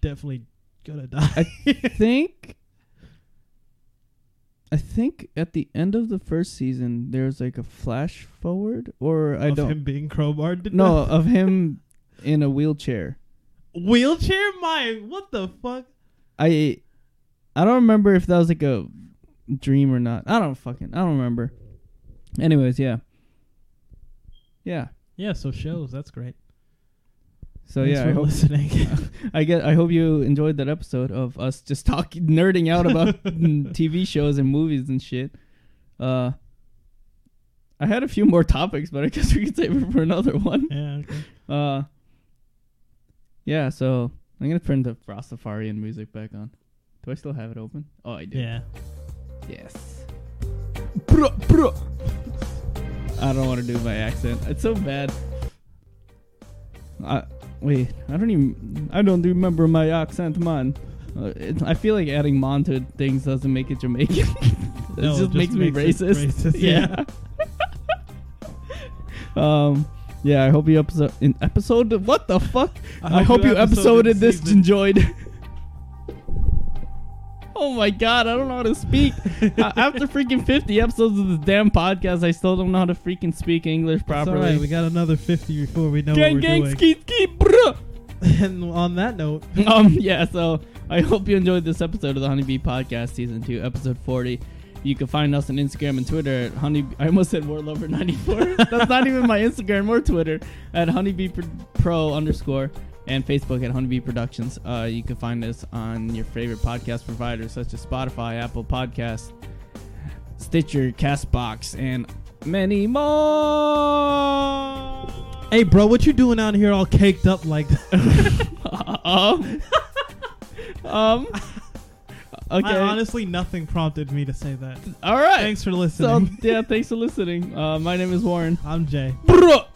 definitely gonna die.
I think. I think at the end of the first season, there's like a flash forward, or I
of
don't
him being crowbarred. To
no
death.
of him in a wheelchair.
wheelchair Mike. What the fuck?
I I don't remember if that was like a dream or not. I don't fucking I don't remember. Anyways, yeah. Yeah.
Yeah, so shows. That's great.
So
Thanks
yeah,
for
I hope
listening.
I get I hope you enjoyed that episode of us just talking nerding out about mm, TV shows and movies and shit. Uh I had a few more topics, but I guess we could save it for another one.
yeah. Okay.
Uh Yeah, so I'm gonna turn the Rastafarian music back on. Do I still have it open? Oh, I do.
Yeah.
Yes.
Bruh, bruh.
I don't want to do my accent. It's so bad. I wait. I don't even. I don't remember my accent, man. Uh, it, I feel like adding "man" to things doesn't make it Jamaican. it,
No,
just makes, me
it
racist.
racist,
yeah. um. Yeah. I hope you episode in episode. What the fuck? I, hope you episoded this
season-
enjoyed. oh my god, I don't know how to speak. A- After freaking 50 episodes of this damn podcast, I still don't know how to freaking speak English
It's all
properly.
right, we got another 50 before we know
gang
what we're
gang
doing.
skeet skeet bruh.
and on that note,
Um yeah, so I hope you enjoyed this episode of the Honeybee Podcast season 2, episode 40. You can find us on Instagram and Twitter at Honey. I almost said Warlover94. That's not even my Instagram or Twitter at Honeybee Pro- Pro underscore and Facebook at Honeybee Productions. Uh, you can find us on your favorite podcast providers such as Spotify, Apple Podcasts, Stitcher, Castbox, and many more.
hey, bro, what you doing out here all caked up like that?
um, um, okay.
I honestly, nothing prompted me to say that.
All right.
Thanks for
So
listening.
yeah, thanks for listening. Uh, my name is Warren.
I'm Jay.
Bruh.